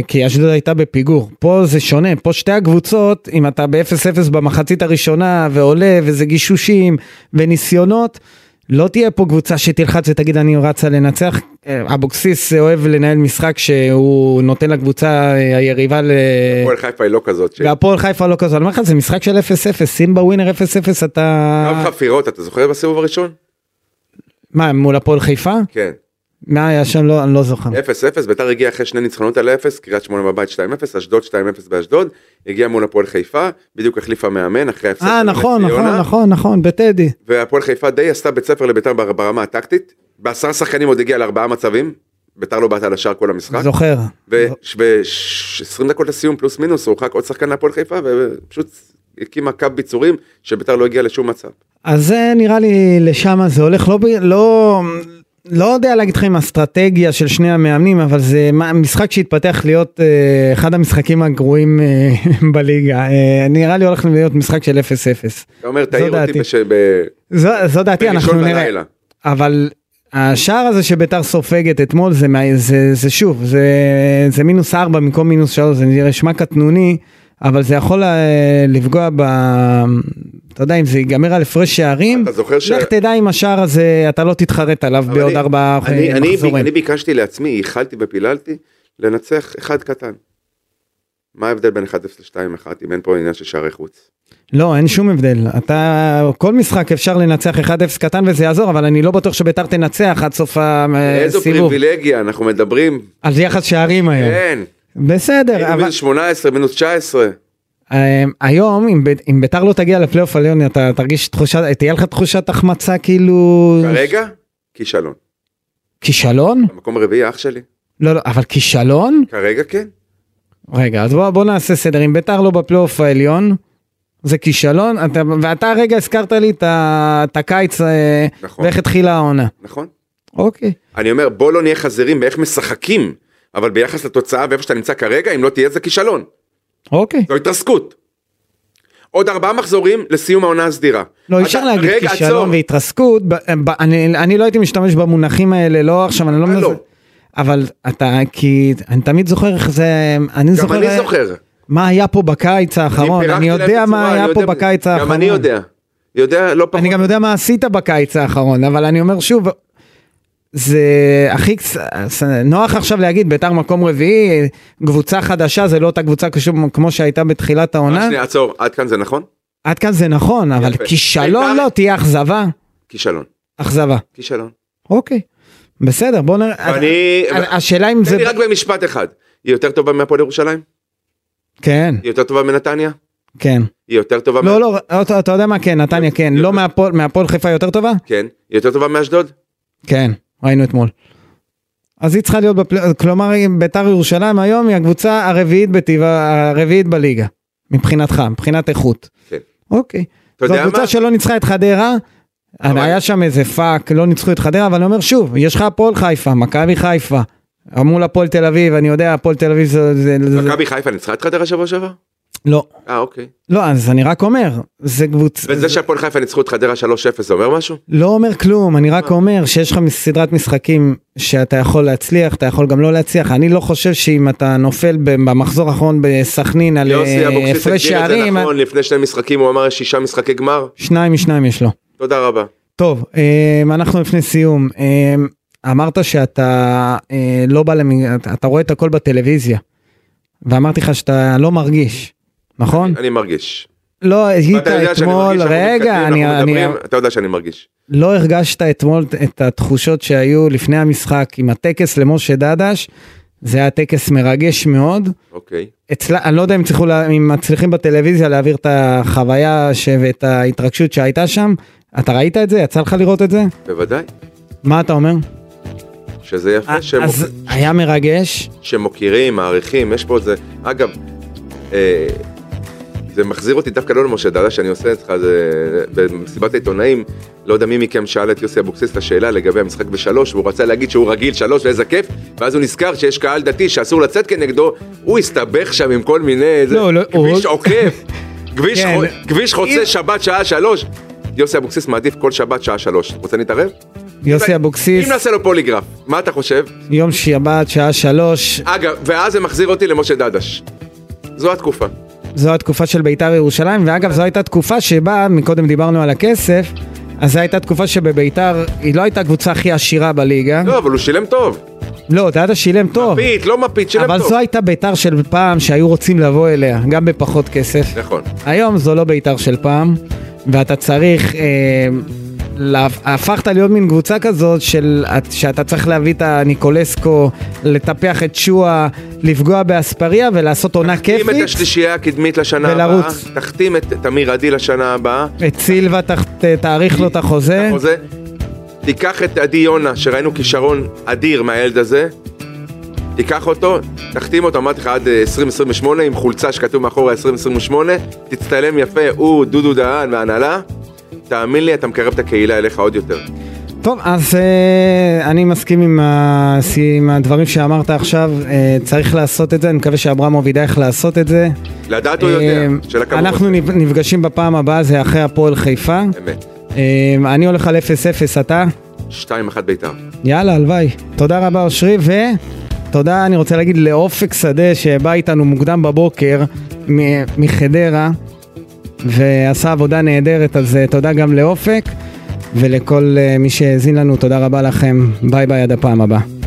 S1: כי אשדוד הייתה בפיגור. פה זה שונה, פה שתי הקבוצות, אם אתה ב-0-0 במחצית הראשונה, ועולה, וזה גישושים, וניסיונות, לא תהיה פה קבוצה שתלחץ ותגיד אני רצה לנצח. אה, אבוקסיס אוהב לנהל משחק שהוא נותן לקבוצה אה, היריבה ל...
S2: הפועל חיפה היא לא כזאת, ש-
S1: והפועל חיפה לא כזאת, אני אומר לך זה משחק של 0-0, שים בווינר 0-0 אתה...
S2: לא גם חפירות, אתה זוכר בסיבוב הראשון?
S1: מה, הם מול הפועל חיפה?
S2: כן.
S1: מה היה שם? לא, אני לא זוכר.
S2: 0-0, ביתר הגיע אחרי שני ניצחונות על 0, קריית שמונה בבית 2-0, אשדוד 2-0 באשדוד, הגיע מול הפועל חיפה, בדיוק החליפה מאמן אחרי ההפסד.
S1: אה,
S2: של
S1: נכון,
S2: נס
S1: נכון,
S2: ציונה,
S1: נכון, נכון, בטדי.
S2: והפועל חיפה די עשתה בית ספר לביתר בר- ברמה הטקטית, בעשרה שחקנים עוד הגיע לארבעה מצבים, ביתר לא בעטה לשער כל המשחק,
S1: זוכר.
S2: ו-20 דקות לסיום פלוס מינוס הורחק עוד שחקן להפועל חיפה, ופשוט הקימה קו ביצורים שביתר לא הגיע לשום מצב.
S1: אז זה נראה לי לשם זה הולך, לא, ב- לא, לא יודע להגיד לך עם אסטרטגיה של שני המאמנים, אבל זה מה- משחק שהתפתח להיות אה, אחד המשחקים הגרועים אה, בליגה. אה, נראה לי הולך להיות משחק של 0-0.
S2: אתה אומר,
S1: זו
S2: תעיר אותי
S1: דעתי.
S2: בש- ב-
S1: זו, זו דעתי, אנחנו
S2: בראשון
S1: נראה.
S2: בלילה.
S1: אבל השער הזה שביתר סופגת אתמול זה, מה- זה, זה שוב, זה, זה מינוס 4 במקום מינוס 3, זה נשמע קטנוני, אבל זה יכול אה, לפגוע ב... אתה יודע, אם זה ייגמר על הפרש שערים,
S2: אתה זוכר ש-
S1: לך תדע אם השער הזה, אתה לא תתחרט עליו
S2: אבל
S1: בעוד
S2: אני-
S1: ארבעה
S2: אני- אני-
S1: מחזורים.
S2: אני ביקשתי לעצמי, ייחלתי ופיללתי, לנצח אחד קטן. מה ההבדל בין 1-0 ל-2-1 אם אין פה עניין של שערי חוץ?
S1: לא, אין שום הבדל. אתה, כל משחק אפשר לנצח 1-0 קטן וזה יעזור, אבל אני לא בטוח שביתר תנצח עד סוף אה,
S2: איזו
S1: הסיבוב.
S2: פריבילגיה אנחנו מדברים,
S1: על יחס שערים היום.
S2: אין,
S1: בסדר,
S2: היינו
S1: כן. אבל...
S2: מינוס 18 מינוס 19,
S1: אה, היום אם, ב- אם ביתר לא תגיע לפלייאוף עליון אתה תרגיש תחושה תהיה לך תחושת החמצה כאילו
S2: כרגע כישלון,
S1: כישלון
S2: המקום הרביעי אח שלי,
S1: לא לא אבל כישלון
S2: כרגע כן,
S1: רגע אז בוא, בוא נעשה סדר אם ביתר לא בפלייאוף העליון זה כישלון אתה, ואתה הרגע הזכרת לי את ה- את הקיץ אה,
S2: נכון,
S1: ואיך התחילה העונה
S2: נכון,
S1: אוקיי
S2: אני אומר בוא לא נהיה חזירים באיך משחקים, אבל ביחס לתוצאה ואיפה שאתה נמצא כרגע אם לא תהיה זה כישלון,
S1: אוקיי
S2: זו התרסקות. עוד ארבעה מחזורים לסיום העונה הסדירה.
S1: לא אי
S2: אתה-
S1: אפשר להגיד
S2: רגע, עצור.
S1: כישלון והתרסקות ב, אה, ב, אני, אני לא הייתי משתמש במונחים האלה לא עכשיו אני לא
S2: אה, לא.
S1: מנסה אבל אתה כי אני תמיד זוכר איך זה אני
S2: גם
S1: זוכר אה,
S2: אני זוכר.
S1: מה היה פה בקיץ האחרון,
S2: פירקתי
S1: אני
S2: להם
S1: יודע
S2: בצורה,
S1: מה היה
S2: אני
S1: פה
S2: יודע-
S1: בקיץ האחרון.
S2: גם אני יודע. יודע לא פחות.
S1: אני גם יודע מה עשית בקיץ האחרון, אבל אני אומר שוב, זה הכי קצ- נוח עכשיו להגיד ביתר מקום רביעי, קבוצה חדשה, זה לא אותה קבוצה כשו- כמו שהייתה בתחילת העונה.
S2: אה, שנייה, עצור, עד כאן זה נכון?
S1: עד כאן זה נכון, אבל
S2: יפה.
S1: כישלון
S2: בית"ר-
S1: לא, תהיה אכזבה.
S2: כישלון.
S1: אכזבה.
S2: כישלון.
S1: אוקיי. בסדר, בוא נראה.
S2: ואני...
S1: ה- השאלה אם
S2: תן
S1: אה, זה...
S2: לי רק במשפט אחד. היא יותר טובה מהפועל ירושלים?
S1: כן,
S2: היא יותר טובה מנתניה?
S1: כן.
S2: היא יותר טובה... מה-
S1: לא, לא, אתה אתה יודע מה, כן, נתניה, כן. לא מהפועל- מהפועל חיפה יותר טובה?
S2: כן. היא יותר טובה מאשדוד?
S1: כן, ראינו אתמול. אז היא צריכה להיות, בפל... כלומר אם ביתר ירושלים היום היא הקבוצה הרביעית בטבעה, הרביעית בליגה, מבחינתך, מבחינת איכות.
S2: כן.
S1: אוקיי.
S2: אתה
S1: זו
S2: יודע מה?
S1: קבוצה שלא ניצחה את חדרה,
S2: אבל-
S1: היה שם איזה פאק, לא ניצחו את חדרה, אבל אני אומר שוב, יש לך הפועל חיפה, מכבי חיפה, מול הפועל תל אביב, אני יודע, הפועל תל אביב זה... זה, זה...
S2: מכבי חיפה ניצחה את חדרה שבוע שעבר?
S1: לא,
S2: אה, אוקיי.
S1: לא, אז אני רק אומר, זה קבוצה...
S2: וזה שהפועל חיפה ניצחו את חדרה 3-0 זה אומר משהו?
S1: לא אומר כלום, אני
S2: לא.
S1: רק אומר שיש לך סדרת משחקים שאתה יכול להצליח, אתה יכול גם לא להצליח. אני לא חושב שאם אתה נופל ב- במחזור האחרון בסכנין על
S2: יוסי
S1: אה,
S2: אבוקסיס
S1: הפרש
S2: הגדיר את זה
S1: שערים, אה,
S2: נכון לפני שני משחקים, הוא אמר "יש שישה משחקי גמר?
S1: שניים משניים יש לו.
S2: תודה רבה.
S1: טוב, אמ, אנחנו לפני סיום. אמ, אמרת שאתה אה, לא בא למ... אתה אתה רואה את הכל בטלוויזיה. ואמרתי לך שאתה לא מרגיש, נכון?
S2: אני מרגיש.
S1: לא, היית
S2: ואתה יודע אה, שאני
S1: אתמול,
S2: מרגיש, אנחנו
S1: רגע,
S2: מתכתבים,
S1: אני...
S2: אנחנו
S1: אני-
S2: מדברים, אתה יודע שאני מרגיש.
S1: לא הרגשת אתמול את התחושות שהיו לפני המשחק עם הטקס למשה דדש, זה היה טקס מרגש מאוד.
S2: אוקיי.
S1: אצלה, אני לא יודע אם, צריכו, לה- אם מצליחים בטלוויזיה להעביר את החוויה ש... ואת ההתרגשות שהייתה שם. אתה ראית את זה? יצא לך לראות את זה?
S2: בוודאי.
S1: מה אתה אומר?
S2: שזה יפה שמוק...
S1: אה, אז היה מרגש.
S2: שמוקירים, מעריכים, יש פה איזה... אגב, אה, זה מחזיר אותי דווקא לא למשה דלה שאני עושה אצלך, זה... במסיבת העיתונאים, לא יודע מי מכם שאל את יוסי אבוקסיס את השאלה לגבי המשחק בשלוש, והוא רצה להגיד שהוא רגיל שלוש ואיזה כיף, ואז הוא נזכר שיש קהל דתי שאסור לצאת כנגדו, הוא הסתבך שם עם כל מיני... איזה...
S1: לא, לא, הוא-
S2: כביש עוקף, כביש,
S1: כן.
S2: חו... כביש חוצה שבת שעה שלוש. יוסי אבוקסיס מעדיף כל שבת שעה שלוש. רוצה להתערב?
S1: יוסי אבוקסיס,
S2: אם נעשה לו פוליגרף, מה אתה חושב?
S1: יום שבת, שעה שלוש,
S2: אגב, ואז זה מחזיר אותי למשה דדש. זו התקופה.
S1: זו התקופה של ביתר ירושלים, ואגב זו הייתה תקופה שבה, מקודם דיברנו על הכסף, אז זו הייתה תקופה שבביתר, היא לא הייתה הקבוצה הכי עשירה בליגה.
S2: לא, אבל הוא שילם טוב.
S1: לא, דאדה שילם טוב,
S2: מפית, לא מפית, שילם
S1: אבל
S2: טוב.
S1: זו הייתה ביתר של פעם שהיו רוצים לבוא אליה, גם בפחות כסף.
S2: נכון.
S1: היום זו לא ביתר של פעם, ואתה צריך אה, לה- הפכת להיות מין קבוצה כזאת של שאתה צריך להביא את הניקולסקו, לטפח את שואה, לפגוע באספריה ולעשות עונה
S2: תחתים את
S1: כיפית.
S2: השלישייה הקדמית לשנה
S1: ולרוץ.
S2: הבאה, תחתים את תמיר עדי לשנה הבאה,
S1: את סילבה תח- ת- תאריך לו את החוזה.
S2: חוזה, תיקח את עדי יונה, שראינו כישרון אדיר מהילד הזה, תיקח אותו, תחתים אותו, אמרתי לך עד אה, 2028, עם חולצה שכתוב מאחורי 2028, תצטלם יפה, הוא, דודו דהן וההנהלה, תאמין לי, אתה מקרב את הקהילה אליך עוד יותר.
S1: טוב, אז אה, אני מסכים עם, ה... עם הדברים שאמרת עכשיו, אה, צריך לעשות את זה, אני מקווה שאברמוב ידע איך לעשות את זה.
S2: לדעת הוא יודע,
S1: אה,
S2: שאלה כמה הוא
S1: אנחנו
S2: רוצה.
S1: נפ- נפגשים בפעם הבאה, זה אחרי הפועל חיפה.
S2: אמת.
S1: אה, אני הולך על 0-0, אתה?
S2: 2-1 בית"ר.
S1: יאללה, הלוואי. תודה רבה, אושרי, ו... תודה, אני רוצה להגיד לאופק שדה שבא איתנו מוקדם בבוקר מ- מחדרה ועשה עבודה נהדרת, אז אה, תודה גם לאופק ולכל אה, מי שהאזין לנו, תודה רבה לכם. ביי ביי עד הפעם הבאה.